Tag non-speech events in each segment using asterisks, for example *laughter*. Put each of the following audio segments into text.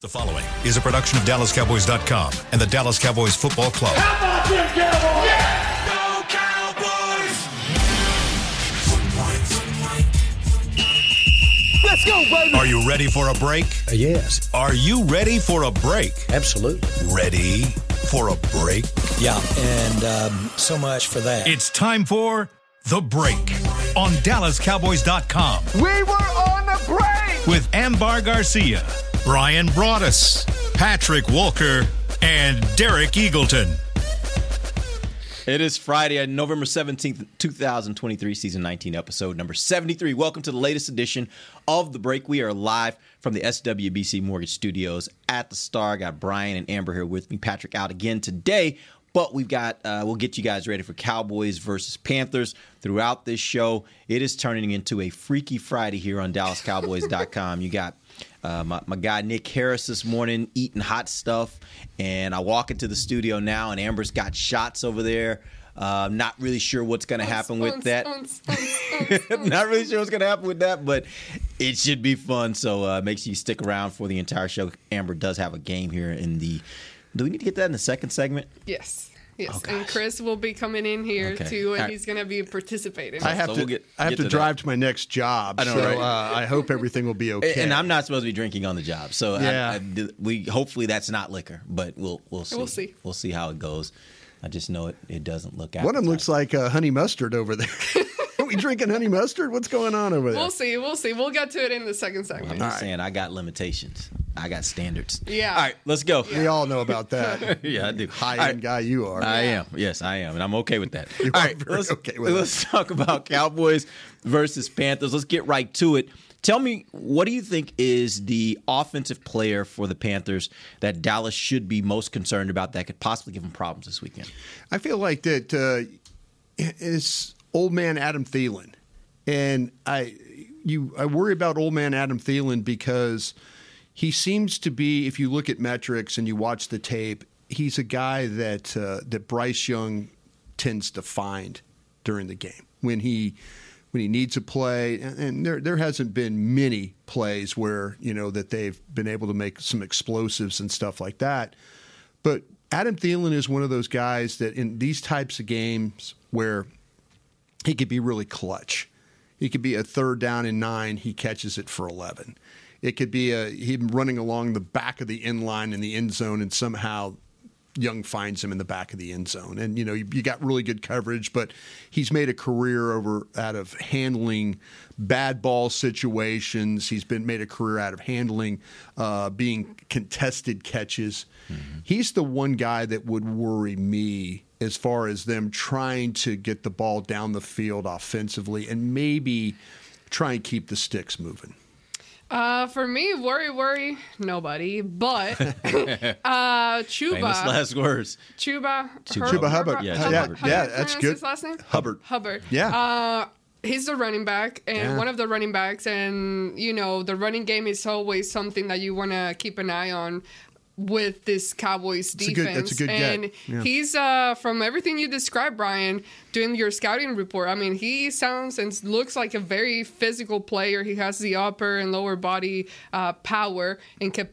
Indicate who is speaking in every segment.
Speaker 1: The following is a production of DallasCowboys.com and the Dallas Cowboys Football Club.
Speaker 2: How about them Cowboys?
Speaker 3: Go Cowboys!
Speaker 2: Let's go, baby.
Speaker 1: Are you ready for a break?
Speaker 4: Uh, Yes,
Speaker 1: Are you ready for a break?
Speaker 4: absolutely.
Speaker 1: Ready for a break?
Speaker 4: Yeah, and um, so much for that.
Speaker 1: It's time for The Break on DallasCowboys.com
Speaker 2: We were on the break.
Speaker 1: with Ambar Garcia, Brian Broaddus, Patrick Walker, and Derek Eagleton.
Speaker 5: It is Friday, November 17th, 2023, season 19, episode number 73. Welcome to the latest edition of The Break. We are live from the SWBC Mortgage Studios at the Star. Got Brian and Amber here with me. Patrick out again today, but we've got, uh, we'll get you guys ready for Cowboys versus Panthers throughout this show. It is turning into a Freaky Friday here on DallasCowboys.com. you got uh, my, my guy Nick Harris this morning eating hot stuff, and I walk into the studio now, and Amber's got shots over there. Uh, not really sure what's going to happen with that. *laughs* not really sure what's going to happen with that, but it should be fun. So uh, make sure you stick around for the entire show. Amber does have a game here in the. Do we need to get that in the second segment?
Speaker 6: Yes. Yes.
Speaker 5: Oh,
Speaker 6: and
Speaker 5: gosh.
Speaker 6: Chris will be coming in here
Speaker 5: Okay.
Speaker 6: too, and
Speaker 5: All right.
Speaker 6: he's going to be participating.
Speaker 7: I have
Speaker 5: So
Speaker 7: to.
Speaker 5: we'll get-
Speaker 7: I have to,
Speaker 5: get to that.
Speaker 7: drive to my next job.
Speaker 5: know,
Speaker 7: so
Speaker 5: right?
Speaker 7: uh, I hope everything will be okay.
Speaker 5: And I'm not supposed to be drinking on the job, so I-
Speaker 7: Yeah.
Speaker 5: I did- we hopefully that's not liquor, but we'll we'll see.
Speaker 6: We'll see.
Speaker 5: We'll see how it goes. I just know it, it doesn't look.
Speaker 7: One of them looks
Speaker 5: appetizing.
Speaker 7: like uh, honey mustard over there. *laughs* Are we drinking honey mustard? What's going on over there?
Speaker 6: We'll see. We'll see. We'll get to it in the second segment.
Speaker 5: I'm just saying I got limitations. I got standards.
Speaker 6: Yeah.
Speaker 5: All right, let's go.
Speaker 7: We all know about that.
Speaker 5: *laughs* Yeah, I do.
Speaker 7: High
Speaker 5: All
Speaker 7: end
Speaker 5: right.
Speaker 7: guy you are.
Speaker 5: I am. Yes, I am, and I'm okay with that.
Speaker 7: You
Speaker 5: All
Speaker 7: are
Speaker 5: right,
Speaker 7: very
Speaker 5: let's,
Speaker 7: okay with
Speaker 5: let's
Speaker 7: *laughs*
Speaker 5: talk about Cowboys versus Panthers. Let's get right to it. Tell me, what do you think is the offensive player for the Panthers that Dallas should be most concerned about that could possibly give them problems this weekend?
Speaker 7: I feel like that uh, it's old man Adam Thielen, and I you I worry about old man Adam Thielen because he seems to be. If you look at metrics and you watch the tape, he's a guy that uh, that Bryce Young tends to find during the game when he when he needs a play, and- and there there hasn't been many plays where you know that they've been able to make some explosives and stuff like that. But Adam Thielen is one of those guys that in these types of games where he could be really clutch. He could be a third down and nine, he catches it for 11. It could be a, him running along the back of the end line in the end zone, and somehow Young finds him in the back of the end zone. And, you know, you, you got really good coverage, but he's made a career over out of handling bad ball situations. He's been made a career out of handling uh, being contested catches. He's the one guy that would worry me as far as them trying to get the ball down the field offensively and maybe try and keep the sticks moving.
Speaker 6: Uh, for me, worry, worry,
Speaker 5: *laughs*
Speaker 6: nobody. But uh, Chuba,
Speaker 5: Famous last words.
Speaker 6: Chuba,
Speaker 5: Chuba
Speaker 6: Herb-
Speaker 7: Hubbard.
Speaker 6: Herb-
Speaker 5: Yeah, Chuba
Speaker 6: Hubbard. How do you
Speaker 7: Hubbard. Yeah, that's
Speaker 6: pronounce
Speaker 7: good.
Speaker 6: His last name
Speaker 7: Hubbard.
Speaker 6: Hubbard.
Speaker 7: Yeah.
Speaker 6: he's the running back and
Speaker 7: Yeah.
Speaker 6: one of the running backs and you know the running game is always something that you want to keep an eye on with this Cowboys
Speaker 7: a good-
Speaker 6: defense
Speaker 7: that's a good get.
Speaker 6: and
Speaker 7: Yeah.
Speaker 6: he's uh from everything you described Brian doing your scouting report I mean he sounds and looks like a very physical player he has the upper and lower body uh power and can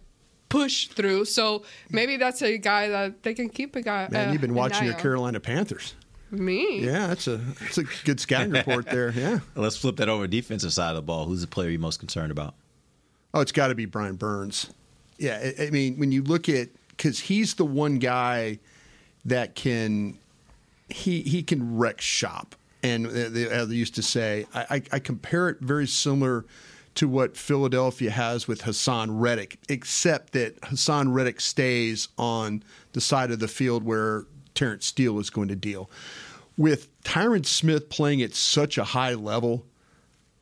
Speaker 6: push through so maybe that's a guy that they can keep a guy
Speaker 7: Man,
Speaker 6: uh,
Speaker 7: you've been
Speaker 6: an
Speaker 7: watching
Speaker 6: eye
Speaker 7: your
Speaker 6: on.
Speaker 7: Carolina Panthers.
Speaker 6: me
Speaker 7: Yeah, that's a that's a good scouting report there. Yeah.
Speaker 5: Let's flip that over defensive side of the ball. Who's the player you're most concerned about?
Speaker 7: Oh, it's got to be Brian Burns. Yeah, I, I mean, when you look at because he's the one guy that can he he can wreck shop, and they, they, as they used to say, I, I, I compare it very similar to what Philadelphia has with Hassan Reddick, except that Hassan Reddick stays on the side of the field where Terrence Steele is going to deal. With Tyron Smith playing at such a high level,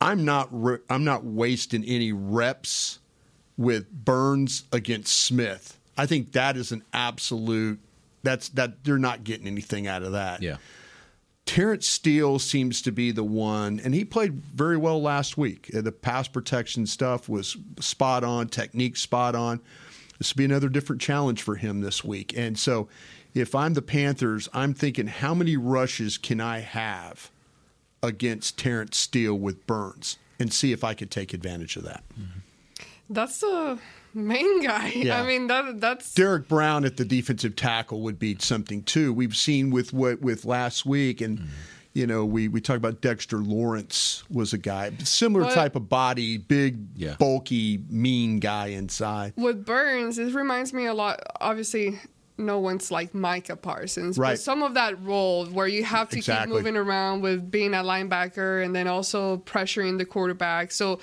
Speaker 7: I'm not re- I'm not wasting any reps with Burns against Smith. I think that is an absolute. That's that they're not getting anything out of that. Terrence Steele seems to be the one, and he played very well last week. Uh, The pass protection stuff was spot on, technique spot on. This will be another different challenge for him this week. And so, if I'm the Panthers, I'm thinking, how many rushes can I have against Terrence Steele with Burns and see if I could take advantage of that?
Speaker 6: That's a main guy. *laughs*
Speaker 7: Yeah.
Speaker 6: I mean, that that's
Speaker 7: Derek Brown at the defensive tackle would be something too. We've seen with what with last week, and
Speaker 5: Mm-hmm.
Speaker 7: you know we we talk about Dexter Lawrence was a guy similar
Speaker 6: But-
Speaker 7: type of body, big,
Speaker 5: Yeah.
Speaker 7: bulky, mean guy inside.
Speaker 6: with Burns, it reminds me a lot. Obviously, no one's like Micah Parsons,
Speaker 7: Right.
Speaker 6: but some of that role where you have to
Speaker 7: Exactly.
Speaker 6: keep moving around with being a linebacker and then also pressuring the quarterback. So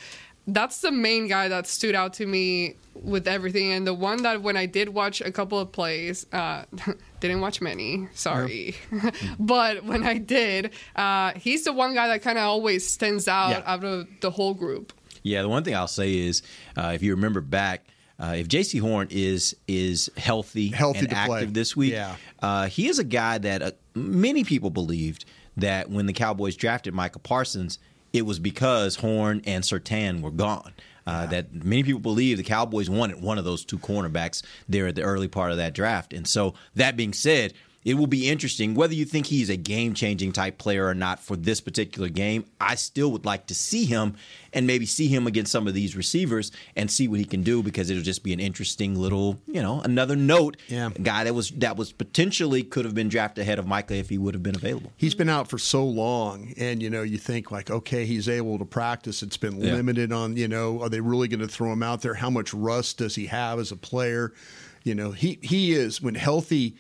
Speaker 6: that's the main guy that stood out to me with everything. And the one that when I did watch a couple of plays, uh, *laughs* didn't watch many, sorry, *laughs* but when I did, uh, he's the one guy that kind of always stands out
Speaker 7: Yeah.
Speaker 6: out of the whole group.
Speaker 5: Yeah, the one thing I'll say is, uh, if you remember back, uh, if J.C. Horn is is healthy,
Speaker 7: Healthy
Speaker 5: and
Speaker 7: to play.
Speaker 5: active this week,
Speaker 7: Yeah.
Speaker 5: uh, he is a guy that uh, many people believed that when the Cowboys drafted Michael Parsons, it was because Horn and Sertan were gone. Uh, That many people believe the Cowboys wanted one of those two cornerbacks there at the early part of that draft, and so that being said. It will be interesting whether you think he's a game changing type player or not for this particular game. I still would like to see him and maybe see him against some of these receivers and see what he can do because it'll just be an interesting little, you know, another note.
Speaker 7: Yeah.
Speaker 5: Guy that was that was potentially could have been drafted ahead of Micah if he would have been available.
Speaker 7: He's been out for so long, and you know you think like, okay, he's able to practice. It's been
Speaker 5: Yeah.
Speaker 7: limited on you know, are they really going to throw him out there? How much rust does he have as a player? You know, he he is when healthy,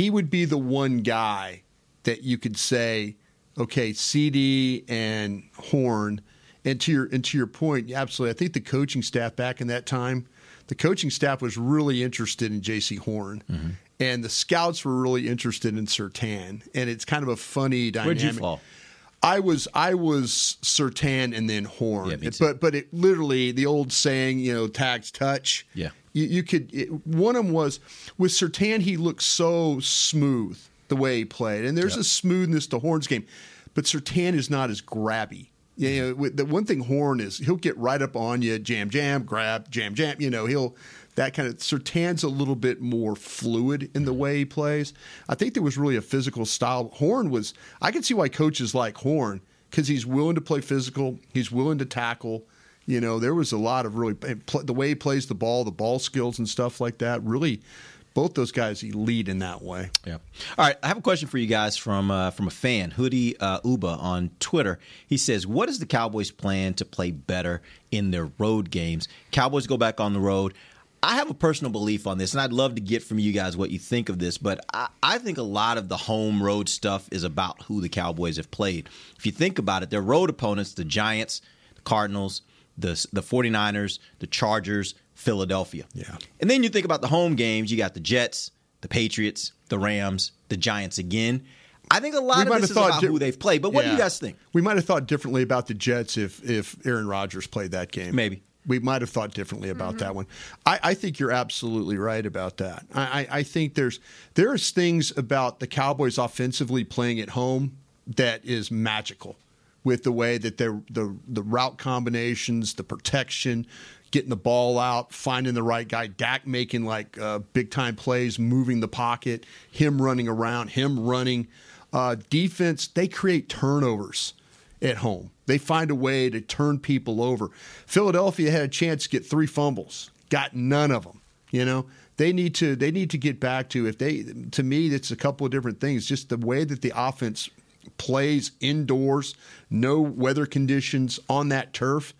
Speaker 7: he would be the one guy that you could say, okay, CD and Horn, and to your and to your point, absolutely. I think the coaching staff back in that time, the coaching staff was really interested in J.C. Horn,
Speaker 5: Mm-hmm.
Speaker 7: and the scouts were really interested in Sertan, and it's kind of a funny dynamic.
Speaker 5: Where'd you fall?
Speaker 7: I was I was Sertan and then Horn,
Speaker 5: Yeah, me too.
Speaker 7: but but it literally the old saying, you know, tags touch.
Speaker 5: Yeah.
Speaker 7: you, you could. It, one of them was with Sertan, he looked so smooth the way he played, and there's a smoothness to Horn's game, but Sertan is not as grabby. Yeah, you know, with- the one thing Horn is, he'll get right up on you, jam, jam, grab, jam, jam. You know, he'll that kind of. Sertan's a little bit more fluid in the way he plays. I think there was really a physical style. Horn was. I can see why coaches like Horn because he's willing to play physical. He's willing to tackle. You know, there was a lot of really and pl- the way he plays the ball, the ball skills and stuff like that. Really, both those guys elite in that way.
Speaker 5: Yeah. All right. I have a question for you guys from uh, from a fan, Hoodie uh, Uba on Twitter. He says, "What is the Cowboys' plan to play better in their road games? Cowboys go back on the road. I have a personal belief on this, and I'd love to get from you guys what you think of this. But I, I think a lot of the home road stuff is about who the Cowboys have played. If you think about it, their road opponents, the Giants, the Cardinals, the the 49ers, the Chargers, Philadelphia.
Speaker 7: Yeah.
Speaker 5: And then you think about the home games, you got the Jets, the Patriots, the Rams, the Giants again. I think a lot of this is about
Speaker 7: di-
Speaker 5: who they've played. But what do you
Speaker 7: Yeah.
Speaker 5: guys think?
Speaker 7: We might have thought differently about the Jets if if Aaron Rodgers played that game.
Speaker 5: Maybe.
Speaker 7: We might have thought differently about that one. I, I think you're absolutely right about that. I, I, I think there's there's things about the Cowboys offensively playing at home that is magical with the way that they're the the route combinations, the protection, getting the ball out, finding the right guy, Dak making like uh, big time plays, moving the pocket, him running around, him running. Uh, defense, they create turnovers at home. They find a way to turn people over. Philadelphia had a chance to get three fumbles, got none of them. You know, they need to they need to get back to if they to me it's a couple of different things. Just the way that the offense plays indoors, no weather conditions on that turf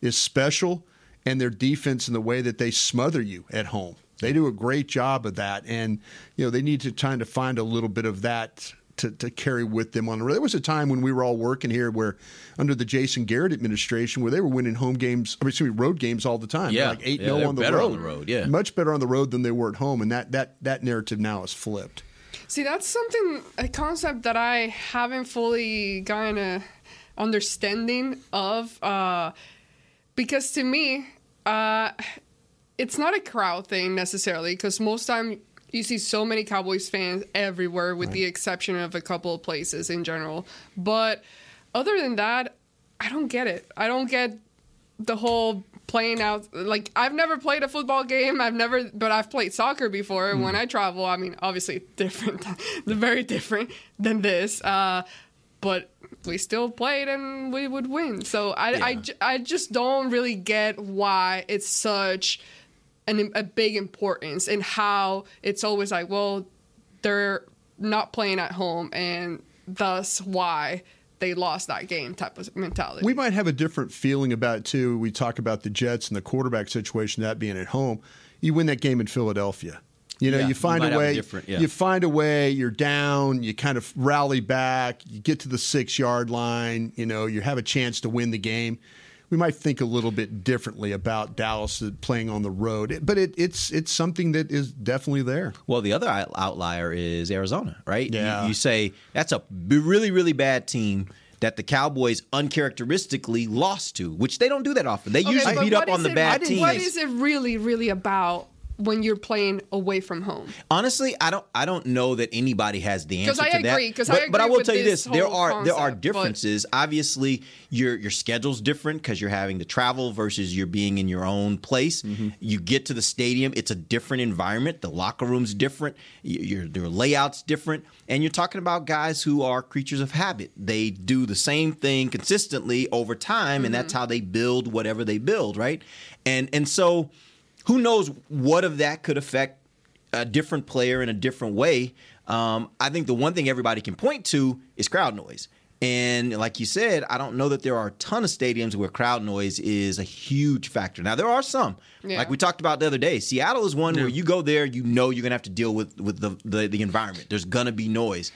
Speaker 7: is special, and their defense and the way that they smother you at home. They do a great job of that, and you know they need to try to find a little bit of that to, to carry with them on the road. There was a time when we were all working here where, under the Jason Garrett administration, where they were winning home games, I mean, excuse me, road games all the time.
Speaker 5: Yeah.
Speaker 7: like eight
Speaker 5: Yeah, they
Speaker 7: zero
Speaker 5: were
Speaker 7: on the
Speaker 5: better
Speaker 7: road.
Speaker 5: on the road, yeah.
Speaker 7: much better on the road than they were at home, and that that that narrative now is flipped.
Speaker 6: See, that's something a concept that I haven't fully gotten a understanding of, uh, because to me, uh, it's not a crowd thing necessarily. Because most time you see so many Cowboys fans everywhere, with the exception of a couple of places in general. But other than that, I don't get it. I don't get the whole playing out like I've never played a football game. I've never but I've played soccer before when I travel. I mean, obviously *laughs* different very different than this. Uh but we still played and we would win. So I I ju- I just don't really get why it's such an, a big importance and how it's always like, well, they're not playing at home, and thus why they lost that game type of mentality.
Speaker 7: We might have a different feeling about it too. We talk about the Jets and the quarterback situation, that being at home. You win that game in Philadelphia. You know,
Speaker 5: Yeah,
Speaker 7: you
Speaker 5: you
Speaker 7: find
Speaker 5: might
Speaker 7: a
Speaker 5: have a
Speaker 7: way.
Speaker 5: different- yeah.
Speaker 7: You find a way. You're down. You kind of rally back. You get to the six yard line. You know, you have a chance to win the game. We might think a little bit differently about Dallas uh, playing on the road, but it, it's it's something that is definitely there.
Speaker 5: Well, the other out- outlier is Arizona, right? You-
Speaker 7: Yeah.
Speaker 5: You, say that's a b- really, really bad team that the Cowboys uncharacteristically lost to, which they don't do that often. They
Speaker 6: Okay,
Speaker 5: usually
Speaker 6: but
Speaker 5: beat up
Speaker 6: what
Speaker 5: on
Speaker 6: is
Speaker 5: the
Speaker 6: it-
Speaker 5: bad
Speaker 6: What
Speaker 5: teams.
Speaker 6: is it really, really about when you're playing away from home?
Speaker 5: Honestly, I don't. I don't know that anybody has the answer
Speaker 6: I
Speaker 5: to that.
Speaker 6: agree, 'cause I
Speaker 5: but, but I
Speaker 6: agree
Speaker 5: will
Speaker 6: with
Speaker 5: tell you
Speaker 6: this
Speaker 5: this: there
Speaker 6: whole
Speaker 5: are there are
Speaker 6: concept, but-
Speaker 5: differences. Obviously, your your schedule's different because you're having to travel versus you're being in your own place. You get to the stadium; it's a different environment. The locker room's different. y- Your your layout's different, and you're talking about guys who are creatures of habit. They do the same thing consistently over time, and
Speaker 6: Mm-hmm.
Speaker 5: that's how they build whatever they build, right? And and so, who knows what of that could affect a different player in a different way. Um, I think the one thing everybody can point to is crowd noise. And like you said, I don't know that there are a ton of stadiums where crowd noise is a huge factor. Now there are some,
Speaker 6: Yeah.
Speaker 5: like we talked about the other day. Seattle is one where you go there, you know you're gonna have to deal with with the the, the environment. There's gonna be noise.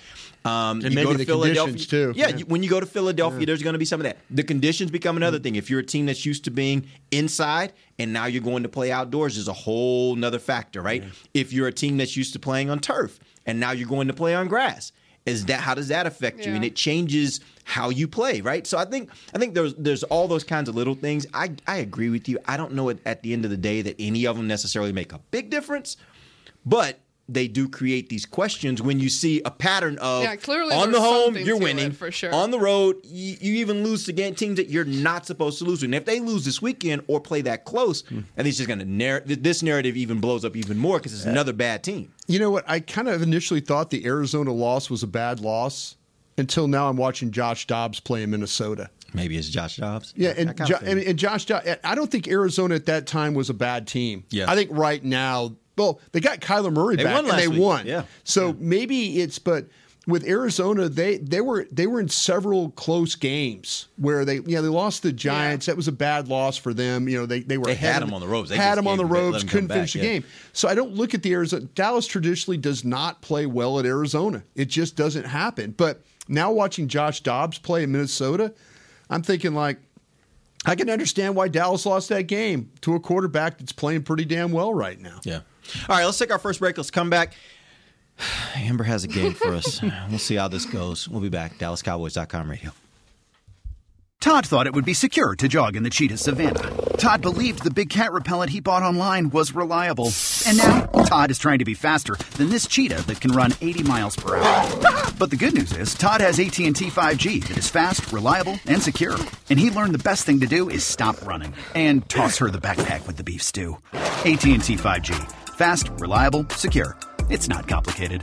Speaker 5: Um,
Speaker 7: And
Speaker 5: you
Speaker 7: maybe
Speaker 5: go to
Speaker 7: the
Speaker 5: Philadelphia
Speaker 7: conditions, too.
Speaker 5: Yeah,
Speaker 7: Yeah.
Speaker 5: you- when you go to Philadelphia, there's going to be some of that. The conditions become another thing. If you're a team that's used to being inside and now you're going to play outdoors, is a whole nother factor, right? If you're a team that's used to playing on turf and now you're going to play on grass, is that how does that affect you? And
Speaker 6: Yeah.
Speaker 5: it changes how you play, right? So I think I think there's there's all those kinds of little things. I I agree with you. I don't know at, at the end of the day that any of them necessarily make a big difference, but they do create these questions when you see a pattern of
Speaker 6: Yeah, clearly
Speaker 5: on
Speaker 6: there's
Speaker 5: the home
Speaker 6: something
Speaker 5: you're
Speaker 6: to it,
Speaker 5: winning
Speaker 6: for sure.
Speaker 5: on the road you, you even lose to get teams that you're not supposed to lose to. and if they lose this weekend or play that close I think it's just going to narr- th- this narrative even blows up even more because it's another bad team
Speaker 7: You know what? I kind of initially thought the Arizona loss was a bad loss until now I'm watching Josh Dobbs play in Minnesota.
Speaker 5: maybe it's Josh Dobbs
Speaker 7: Yeah,
Speaker 5: I
Speaker 7: and,
Speaker 5: kinda
Speaker 7: jo-
Speaker 5: feel
Speaker 7: and,
Speaker 5: you.
Speaker 7: and Josh, jo- I don't think Arizona at that time was a bad team.
Speaker 5: Yeah.
Speaker 7: I think right now, well, they got Kyler Murray
Speaker 5: They
Speaker 7: back
Speaker 5: won
Speaker 7: and
Speaker 5: last
Speaker 7: they
Speaker 5: week.
Speaker 7: won.
Speaker 5: Yeah.
Speaker 7: So maybe it's but with Arizona, they they were they were in several close games where they you know, they lost the Giants. That was a bad loss for them. You know they they were
Speaker 5: They had
Speaker 7: ahead of
Speaker 5: them on the ropes. They
Speaker 7: had
Speaker 5: just
Speaker 7: them on the
Speaker 5: gave- they let
Speaker 7: ropes.
Speaker 5: them come
Speaker 7: Couldn't
Speaker 5: back,
Speaker 7: finish the
Speaker 5: yeah.
Speaker 7: game. So I don't look at the Arizona. Dallas traditionally does not play well at Arizona. It just doesn't happen. But now watching Josh Dobbs play in Minnesota, I'm thinking like, I can understand why Dallas lost that game to a quarterback that's playing pretty damn well right now.
Speaker 5: yeah all right let's take our first break let's come back *sighs* Amber has a game for *laughs* us we'll see how this goes we'll be back DallasCowboys.com radio
Speaker 8: Todd thought it would be secure to jog in the cheetah savannah. Todd believed the big cat repellent he bought online was reliable. And now, Todd is trying to be faster than this cheetah that can run 80 miles per hour. But the good news is, Todd has AT&T 5G that is fast, reliable, and secure. And he learned the best thing to do is stop running and toss her the backpack with the beef stew. AT&T 5G. Fast, reliable, secure. It's not complicated.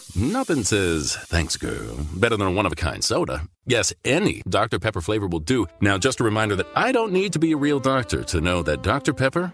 Speaker 9: Nothing says, thanks, girl, better than a one of a kind soda. Yes, any Dr. Pepper flavor will do. Now, just a reminder that I don't need to be a real doctor to know that Dr. Pepper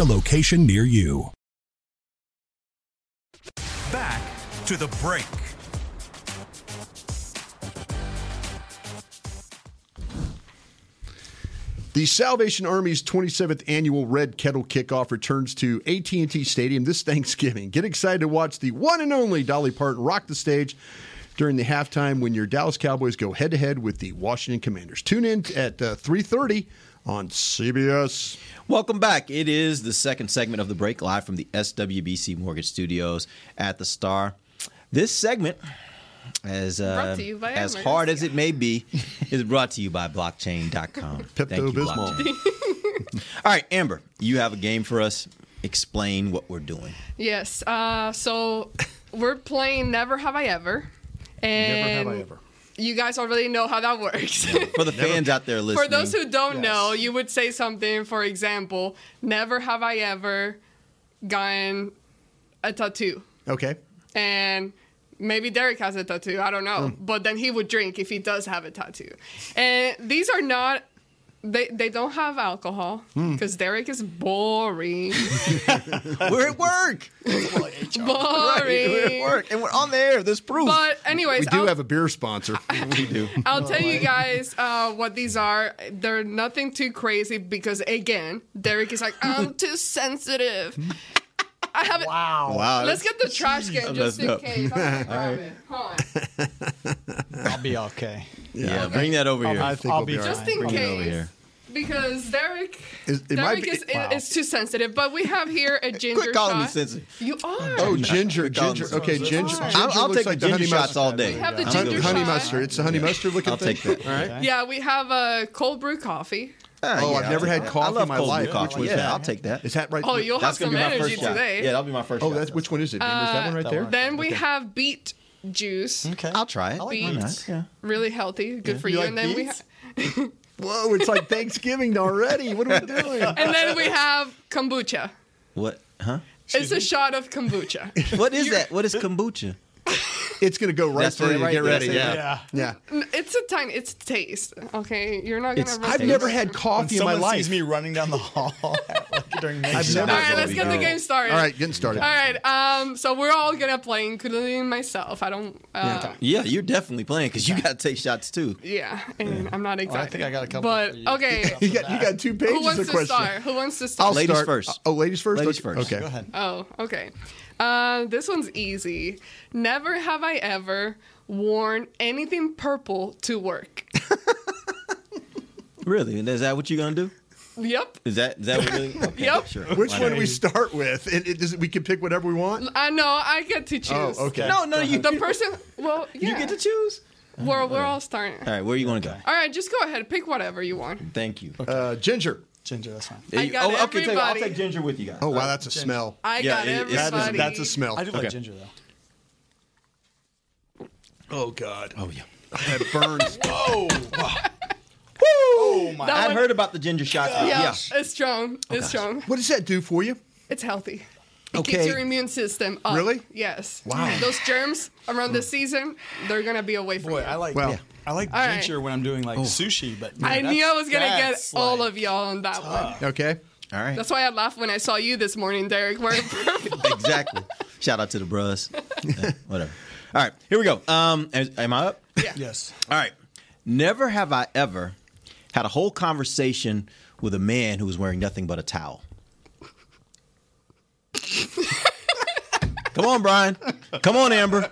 Speaker 10: a location near you.
Speaker 1: Back to the break.
Speaker 7: The Salvation Army's 27th annual Red Kettle Kickoff returns to AT&T Stadium this Thanksgiving. Get excited to watch the one and only Dolly Parton rock the stage during the halftime when your Dallas Cowboys go head-to-head with the Washington Commanders. Tune in at uh, 3:30 on CBS.
Speaker 5: Welcome back. It is the second segment of the break live from the SWBC Mortgage Studios at the Star. This segment, as uh,
Speaker 6: Brought to you by
Speaker 5: as
Speaker 6: Emirates.
Speaker 5: hard as it may be, is brought to you by
Speaker 6: *laughs*
Speaker 5: blockchain.com. Thank you, blockchain. All right, Amber, you have a game for us. Explain what we're doing.
Speaker 6: Yes. Uh, so we're playing Never Have I Ever. And
Speaker 5: Never Have I Ever.
Speaker 6: You guys already know how that works.
Speaker 5: For the fans out there listening.
Speaker 6: *laughs* For those who don't know, you would say something, for example, Never have I ever gotten a tattoo.
Speaker 7: Okay.
Speaker 6: and maybe Derek has a tattoo. I don't know. But then he would drink if he does have a tattoo. And these are not. They, they don't have alcohol
Speaker 5: Mm.
Speaker 6: because Derek is boring.
Speaker 5: we're at work.
Speaker 6: boring.
Speaker 5: we're at work, and we're on the air. There's proof.
Speaker 6: But anyways,
Speaker 7: we do
Speaker 6: I'll,
Speaker 7: have a
Speaker 11: *laughs*
Speaker 7: beer sponsor. we do.
Speaker 6: I'll tell you guys uh, what these are. They're nothing too crazy because again, Derek is like I'm too sensitive. I haven't. Wow.
Speaker 5: Wow,
Speaker 6: Let's get the trash
Speaker 11: I
Speaker 6: can just
Speaker 5: messed
Speaker 6: in
Speaker 5: up.
Speaker 6: case. I'm gonna grab
Speaker 11: All right.
Speaker 6: it. Hold on.
Speaker 11: I'll be okay.
Speaker 5: Yeah, bring that over
Speaker 11: I'll-
Speaker 5: here.
Speaker 11: I think I'll we'll be be all right.
Speaker 6: Just in
Speaker 5: Bring that over
Speaker 6: case.
Speaker 5: here.
Speaker 6: Because Derek,
Speaker 5: Is- it might
Speaker 6: Derek
Speaker 5: be-
Speaker 6: is,
Speaker 5: Wow.
Speaker 6: is too sensitive. But we have here a ginger
Speaker 5: *laughs* Quit calling me
Speaker 6: shot.
Speaker 5: sensitive.
Speaker 6: You are.
Speaker 7: Oh, ginger, ginger. Okay,
Speaker 5: Oh,
Speaker 7: ginger. ginger
Speaker 5: I'll, I'll
Speaker 7: looks
Speaker 5: take
Speaker 7: like
Speaker 5: the
Speaker 7: the honey
Speaker 5: ginger shots
Speaker 7: mustard.
Speaker 5: all day.
Speaker 6: We have the
Speaker 5: I'm gonna
Speaker 6: ginger
Speaker 5: go-
Speaker 7: Honey mustard. It's the honey mustard looking
Speaker 5: I'll
Speaker 7: thing.
Speaker 5: take that.
Speaker 7: All right.
Speaker 6: Yeah, we have a cold brew coffee.
Speaker 7: Oh, I've never had coffee in my life. Which was
Speaker 5: yeah,
Speaker 7: that?
Speaker 5: I'll take that.
Speaker 7: Is that right?
Speaker 6: Oh, you'll have some energy today.
Speaker 5: Yeah, that'll be my first.
Speaker 7: Oh, that's which one is it? Amber? Is that one right
Speaker 6: Uh,
Speaker 7: there?
Speaker 6: Then we have beet juice.
Speaker 5: Okay. I'll try it. I like
Speaker 6: Beets,
Speaker 5: beets. Yeah.
Speaker 6: really healthy, good for
Speaker 7: You
Speaker 6: you.
Speaker 7: like
Speaker 6: and then
Speaker 7: beets? Whoa, it's like Thanksgiving already. What are we
Speaker 6: we
Speaker 7: doing?
Speaker 6: ha-
Speaker 5: *laughs*
Speaker 6: and then we have kombucha.
Speaker 5: What? Huh?
Speaker 6: it's a shot of
Speaker 5: *laughs*
Speaker 6: kombucha.
Speaker 5: What is that? What is kombucha?
Speaker 7: It's gonna go right
Speaker 5: That's
Speaker 7: through
Speaker 5: it,
Speaker 7: you.
Speaker 5: right
Speaker 7: Get
Speaker 5: there.
Speaker 7: ready.
Speaker 5: That's it.
Speaker 7: Yeah. Yeah.
Speaker 6: N- It's a tiny. It's taste. Okay, you're not gonna.
Speaker 7: It's-
Speaker 6: run
Speaker 7: I've
Speaker 6: through
Speaker 7: never
Speaker 6: this.
Speaker 7: had coffee in my
Speaker 11: Someone sees
Speaker 7: life.
Speaker 11: me running down the *laughs* hall like, during
Speaker 7: I've
Speaker 11: next
Speaker 7: never-
Speaker 6: All right, let's get the game started.
Speaker 7: All right, getting started.
Speaker 6: All right. Um. So we're all gonna play, including myself. I don't. Uh,
Speaker 5: Yeah, you're definitely playing because you got to take shots too.
Speaker 6: yeah. and I'm not
Speaker 5: Well,
Speaker 6: exactly.
Speaker 5: I think I got a couple
Speaker 6: But
Speaker 5: for you. *laughs*
Speaker 6: okay.
Speaker 7: You got you got two pages
Speaker 6: Who wants
Speaker 7: of
Speaker 6: to
Speaker 7: questions.
Speaker 6: start? Who wants to start?
Speaker 7: I'll start. Oh, ladies first. Ladies first. Okay. Go ahead.
Speaker 6: Oh, okay. Uh, this one's easy. Never have I ever worn anything purple
Speaker 7: *laughs*
Speaker 6: to work.
Speaker 5: Really? And Is that what you're gonna do?
Speaker 6: Yep.
Speaker 5: Is that is that what really? Okay,
Speaker 6: Yep.
Speaker 5: Sure.
Speaker 7: Which
Speaker 5: Why
Speaker 7: one
Speaker 5: not?
Speaker 7: do we start with? And it, does, we can pick whatever we want.
Speaker 6: I know. I get to choose.
Speaker 7: Oh, okay.
Speaker 6: No, no.
Speaker 7: Go
Speaker 6: You.
Speaker 7: ahead.
Speaker 6: The person. Well, yeah. *laughs* You get to
Speaker 5: choose.
Speaker 6: We're we're all starting.
Speaker 5: All right, where you gonna go?
Speaker 6: All right, just go ahead. Pick whatever you want.
Speaker 5: Thank you.
Speaker 7: Uh, ginger.
Speaker 11: Ginger, that's fine.
Speaker 6: I got
Speaker 5: oh, okay, take- I'll
Speaker 6: everybody.
Speaker 5: take ginger with you guys.
Speaker 7: Oh wow, that's a smell.
Speaker 6: I got everybody.
Speaker 7: That is, that's a smell.
Speaker 11: I do like ginger though.
Speaker 7: Oh god.
Speaker 5: Oh yeah.
Speaker 7: That burns.
Speaker 11: Whoa.
Speaker 5: Oh
Speaker 6: my- That
Speaker 5: I've
Speaker 6: one-
Speaker 5: heard about the ginger shots.
Speaker 7: uh,
Speaker 6: Yeah,
Speaker 5: Yeah.
Speaker 6: it's strong. It's strong.
Speaker 7: What does that do for you?
Speaker 6: It's healthy. It keeps
Speaker 5: Okay.
Speaker 6: your immune system up.
Speaker 5: Really?
Speaker 6: Yes.
Speaker 11: Wow.
Speaker 6: Those germs around
Speaker 7: Mm.
Speaker 6: this season, they're gonna be away from
Speaker 11: Boy,
Speaker 6: you.
Speaker 11: I like
Speaker 6: Well,
Speaker 11: yeah. I like
Speaker 6: All right.
Speaker 11: ginger when I'm doing like sushi, but man,
Speaker 6: I knew I
Speaker 11: that's-
Speaker 6: was gonna get
Speaker 11: that's like-
Speaker 6: all of y'all on that one.
Speaker 7: Okay.
Speaker 5: All right. *laughs*
Speaker 6: That's why I laughed when I saw you this morning, Derek. *laughs* Wearing purple.
Speaker 5: exactly. Shout out to the
Speaker 6: *laughs*
Speaker 5: bros. Yeah, whatever. All right, here we go. Um, am am I up?
Speaker 6: Yeah.
Speaker 11: Yes.
Speaker 5: All right. Never have I ever had a whole conversation with a man who was wearing nothing but a towel. Come on, Brian. Come on, Amber.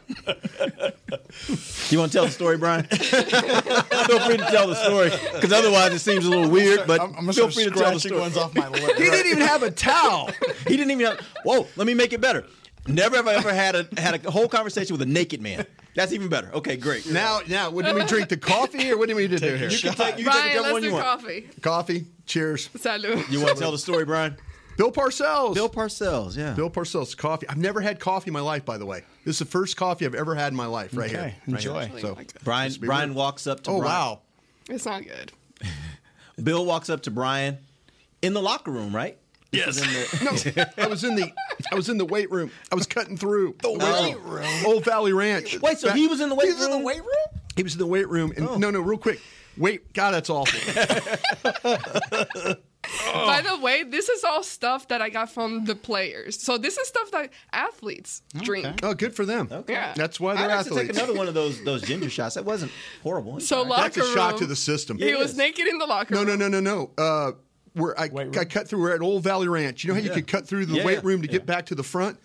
Speaker 5: You want to tell the story,
Speaker 6: *laughs*
Speaker 5: Brian? feel free to tell the story, because otherwise it seems a little weird. But
Speaker 11: I'm, I'm gonna
Speaker 5: feel
Speaker 11: start
Speaker 5: free to tell the
Speaker 11: scratching
Speaker 5: story.
Speaker 11: ones off my
Speaker 5: *laughs*
Speaker 11: lip.
Speaker 5: He didn't even have a towel. He didn't even have. Whoa, let me make it better. Never have I ever had a had a whole conversation with a naked man. That's even better. Okay, great.
Speaker 7: Now, now, what do we drink? The coffee, or what do we do here?
Speaker 5: You can take, you can take
Speaker 6: Brian,
Speaker 5: whichever
Speaker 6: let's
Speaker 5: one
Speaker 6: do
Speaker 5: you want.
Speaker 6: coffee.
Speaker 7: Coffee. Cheers.
Speaker 6: Salud.
Speaker 5: You want to tell the story, Brian?
Speaker 7: Bill Parcells. Bill
Speaker 5: Parcells, yeah.
Speaker 7: Bill Parcells coffee. I've never had coffee in my life, by the way. This is the first coffee I've ever had in my life, right
Speaker 5: Okay,
Speaker 7: here.
Speaker 5: enjoy.
Speaker 7: Right here. So,
Speaker 5: Brian
Speaker 7: Just be
Speaker 5: Brian
Speaker 7: real.
Speaker 5: walks up to
Speaker 7: Oh,
Speaker 5: Brian.
Speaker 7: wow.
Speaker 6: It's not good.
Speaker 5: Bill walks up to Brian in the locker room, right? Yes.
Speaker 7: no, I was in the I was in the weight room. I was cutting through the
Speaker 5: weight room?
Speaker 7: Old Valley Ranch.
Speaker 5: Wait, so
Speaker 7: Back-
Speaker 5: he was Oh. in the weight
Speaker 7: He was
Speaker 5: room? weight room?
Speaker 7: He was in the weight room, and no, no, real quick. Wait, God, that's awful.
Speaker 5: *laughs*
Speaker 6: By the way, this is all stuff that I got from the players. So this is stuff that athletes drink.
Speaker 7: Oh, good for them.
Speaker 5: Okay.
Speaker 6: Yeah.
Speaker 7: That's why they're
Speaker 5: I'd like to take
Speaker 7: athletes.
Speaker 5: another one of those those ginger shots. That wasn't horrible.
Speaker 6: So
Speaker 7: That's
Speaker 6: locker
Speaker 7: a shock
Speaker 6: room,
Speaker 7: to the system.
Speaker 6: He was naked in the locker
Speaker 7: No,
Speaker 6: room.
Speaker 7: no, no, no, no. Uh, where I, I cut through, we're at Old Valley Ranch. You know how you
Speaker 5: Yeah.
Speaker 7: could cut through the
Speaker 5: Yeah,
Speaker 7: weight
Speaker 5: yeah,
Speaker 7: room to get back to the front?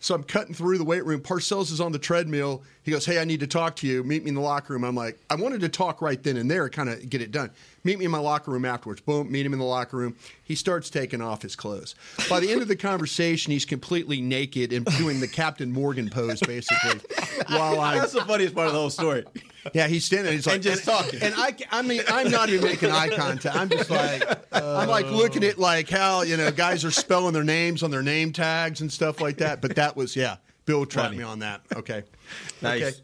Speaker 7: So I'm cutting through the weight room. Parcells is on the treadmill. He goes, Hey, I need to talk to you. Meet me in the locker room. I'm like, I wanted to talk right then and there, kind of get it done. Meet me in my locker room afterwards. Boom, meet him in the locker room. He starts taking off his clothes. By the end of the conversation, he's completely naked and doing the Captain Morgan pose, basically, *laughs* while I'm
Speaker 5: That's the funniest part of the whole
Speaker 6: *laughs*
Speaker 5: story.
Speaker 7: yeah, he's standing. there, He's like
Speaker 5: And just talking.
Speaker 7: And I, I mean, I'm not even making eye contact. I'm just like, I'm like looking at like how you know guys are spelling their names on their name tags and stuff like that. But that was yeah, Bill trapped
Speaker 5: Funny.
Speaker 7: me on that. Okay,
Speaker 5: Nice.
Speaker 7: Okay,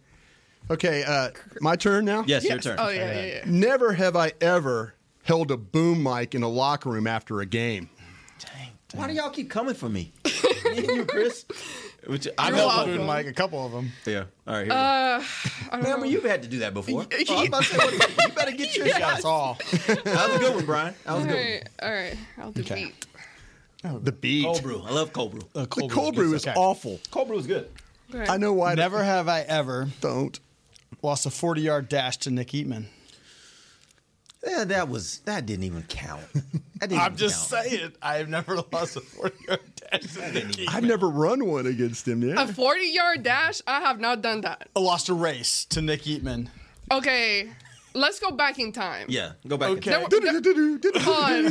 Speaker 7: okay uh, my turn now.
Speaker 5: Yes, your turn.
Speaker 6: Oh, yeah, yeah, yeah.
Speaker 7: Never have I ever held a boom mic in a locker room after a game.
Speaker 5: Why do y'all keep coming for me? Me and you, Chris. Which I
Speaker 11: I've
Speaker 5: know.
Speaker 11: helped Boone Mike a couple of them.
Speaker 5: Yeah. All right. Here
Speaker 6: Uh,
Speaker 5: we
Speaker 6: I
Speaker 5: go.
Speaker 6: don't
Speaker 5: Remember,
Speaker 6: know.
Speaker 5: you've had to do that before. Oh, I was about to say, what- you better get your
Speaker 11: He's got
Speaker 5: shots.
Speaker 11: us all.
Speaker 5: That was a good one, Brian. That
Speaker 6: All
Speaker 5: was a good. one.
Speaker 6: right, all right. I'll do
Speaker 5: Okay.
Speaker 6: beat.
Speaker 7: The beat.
Speaker 5: Cold brew. I love cold brew.
Speaker 7: the cold brew is awful.
Speaker 5: Uh, Cold brew is good.
Speaker 6: Okay.
Speaker 7: I know why.
Speaker 11: Never have I ever
Speaker 7: don't
Speaker 11: lost a 40 yard dash to Nick Eatman.
Speaker 5: Yeah, that was that didn't even count. That didn't
Speaker 11: I'm
Speaker 5: even
Speaker 11: just
Speaker 5: count. *laughs*
Speaker 11: saying, I have never lost a 40 yard dash to Nick
Speaker 7: *laughs*
Speaker 11: Eatman.
Speaker 7: I've never run one against him
Speaker 6: A
Speaker 7: yet.
Speaker 6: 40 yard dash? I have not done that.
Speaker 11: I lost a race to Nick Eatman.
Speaker 6: Okay, let's go back in time.
Speaker 5: Yeah, go back.
Speaker 11: Okay.
Speaker 5: And,
Speaker 6: There were- there-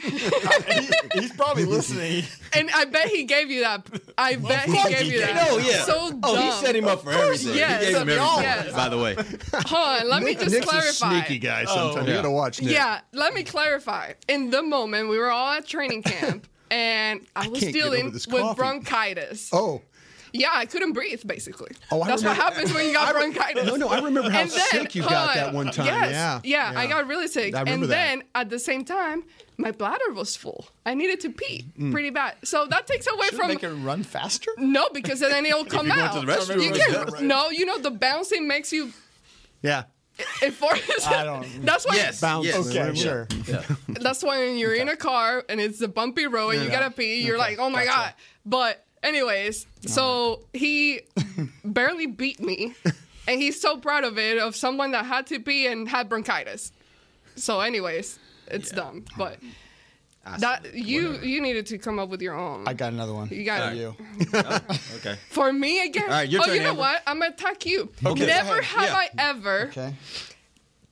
Speaker 11: He's probably
Speaker 5: *laughs*
Speaker 11: listening.
Speaker 6: and I bet he gave you that. I bet he
Speaker 5: Fuck,
Speaker 6: gave
Speaker 5: he
Speaker 6: you
Speaker 5: did.
Speaker 6: that.
Speaker 5: Oh yeah.
Speaker 6: So dumb.
Speaker 5: oh, he set him up for everything.
Speaker 6: yes.
Speaker 5: he gave him everything.
Speaker 6: Yes.
Speaker 5: By the way,
Speaker 6: Hold on, let me just
Speaker 7: Nick's
Speaker 6: clarify.
Speaker 7: a sneaky guy. Sometimes you
Speaker 5: yeah.
Speaker 7: gotta watch. Nick.
Speaker 6: Yeah, let me clarify. In the moment, we were all at training camp, and I was
Speaker 7: can't get
Speaker 6: dealing
Speaker 7: over
Speaker 6: with
Speaker 7: this coffee.
Speaker 6: bronchitis.
Speaker 7: Oh.
Speaker 6: Yeah, I couldn't breathe basically.
Speaker 7: Oh, I
Speaker 6: That's what
Speaker 7: remember-
Speaker 6: happens when you got
Speaker 7: I re-
Speaker 6: bronchitis.
Speaker 7: No, no, I remember how
Speaker 6: And then-
Speaker 7: sick you got
Speaker 6: hold
Speaker 7: that one time.
Speaker 6: Yes,
Speaker 7: yeah,
Speaker 6: yeah, I got really sick.
Speaker 7: I
Speaker 6: and
Speaker 7: remember that.
Speaker 6: then at the same time, my bladder was full. I needed to pee
Speaker 7: Mm.
Speaker 6: pretty bad. So that takes away
Speaker 11: Should
Speaker 6: from
Speaker 11: make it run faster?
Speaker 6: no, because then it'll come
Speaker 5: you go
Speaker 6: out.
Speaker 5: to the restroom,
Speaker 6: you
Speaker 5: it's
Speaker 6: can
Speaker 5: not right.
Speaker 6: no, you know the bouncing makes you.
Speaker 7: yeah.
Speaker 6: It forces.
Speaker 11: I don't-
Speaker 6: *laughs* That's why.
Speaker 5: yes.
Speaker 7: Bounce.
Speaker 5: Yes.
Speaker 11: Okay,
Speaker 5: Yeah.
Speaker 11: sure.
Speaker 5: Yeah.
Speaker 6: That's why when you're in a car and it's a bumpy road and you gotta pee, you're like, oh my god. But anyways, so he barely beat me, and he's so proud of it of someone that had to pee and had bronchitis. So anyways, it's dumb, but. That you you needed to come up with your own.
Speaker 11: I got another one.
Speaker 6: You got
Speaker 11: For
Speaker 6: it. *laughs*
Speaker 11: you.
Speaker 5: Okay.
Speaker 6: For me again.
Speaker 5: All right, your
Speaker 6: oh,
Speaker 5: turn,
Speaker 6: you know
Speaker 5: Amber.
Speaker 6: what? I'm gonna attack you.
Speaker 5: Okay.
Speaker 6: Never
Speaker 5: Go ahead.
Speaker 6: have
Speaker 5: Yeah.
Speaker 6: I ever
Speaker 11: Okay.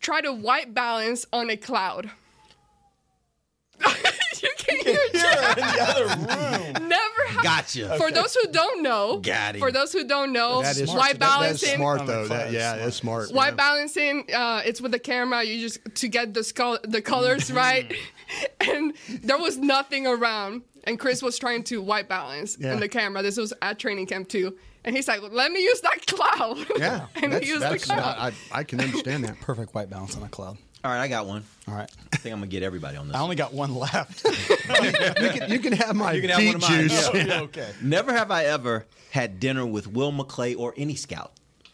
Speaker 6: tried to white balance on a cloud. *laughs* you
Speaker 5: *laughs*
Speaker 6: can hear it. Never have.
Speaker 5: Gotcha.
Speaker 6: For those who don't know,
Speaker 5: Got him.
Speaker 6: for those who don't know,
Speaker 7: That is
Speaker 6: white
Speaker 7: that- that Oh, is
Speaker 6: balancing.
Speaker 7: smart
Speaker 11: I'm
Speaker 7: though. That,
Speaker 11: impressed.
Speaker 7: yeah, that's smart.
Speaker 6: White
Speaker 7: yeah.
Speaker 6: balancing, uh, it's with the camera. You just to get the sco- the colors right, *laughs* and there was nothing around. And Chris was trying to white balance
Speaker 7: Yeah.
Speaker 6: in the camera. This was at training camp too, and he's like, "Let me use that *laughs* cloud."
Speaker 7: Yeah,
Speaker 6: and
Speaker 7: that's,
Speaker 6: he used
Speaker 7: that's
Speaker 6: the cloud.
Speaker 7: not, I, I can understand that.
Speaker 11: Perfect white balance on a cloud.
Speaker 5: All right, I got one.
Speaker 11: All right.
Speaker 5: I think I'm gonna get everybody on this.
Speaker 11: I only got one left.
Speaker 7: You can, you can have my
Speaker 5: You can have
Speaker 7: beet
Speaker 5: one of mine.
Speaker 7: juice.
Speaker 5: Yeah.
Speaker 11: okay.
Speaker 5: Never have I ever had dinner with Will McClay or any scout.
Speaker 7: *laughs*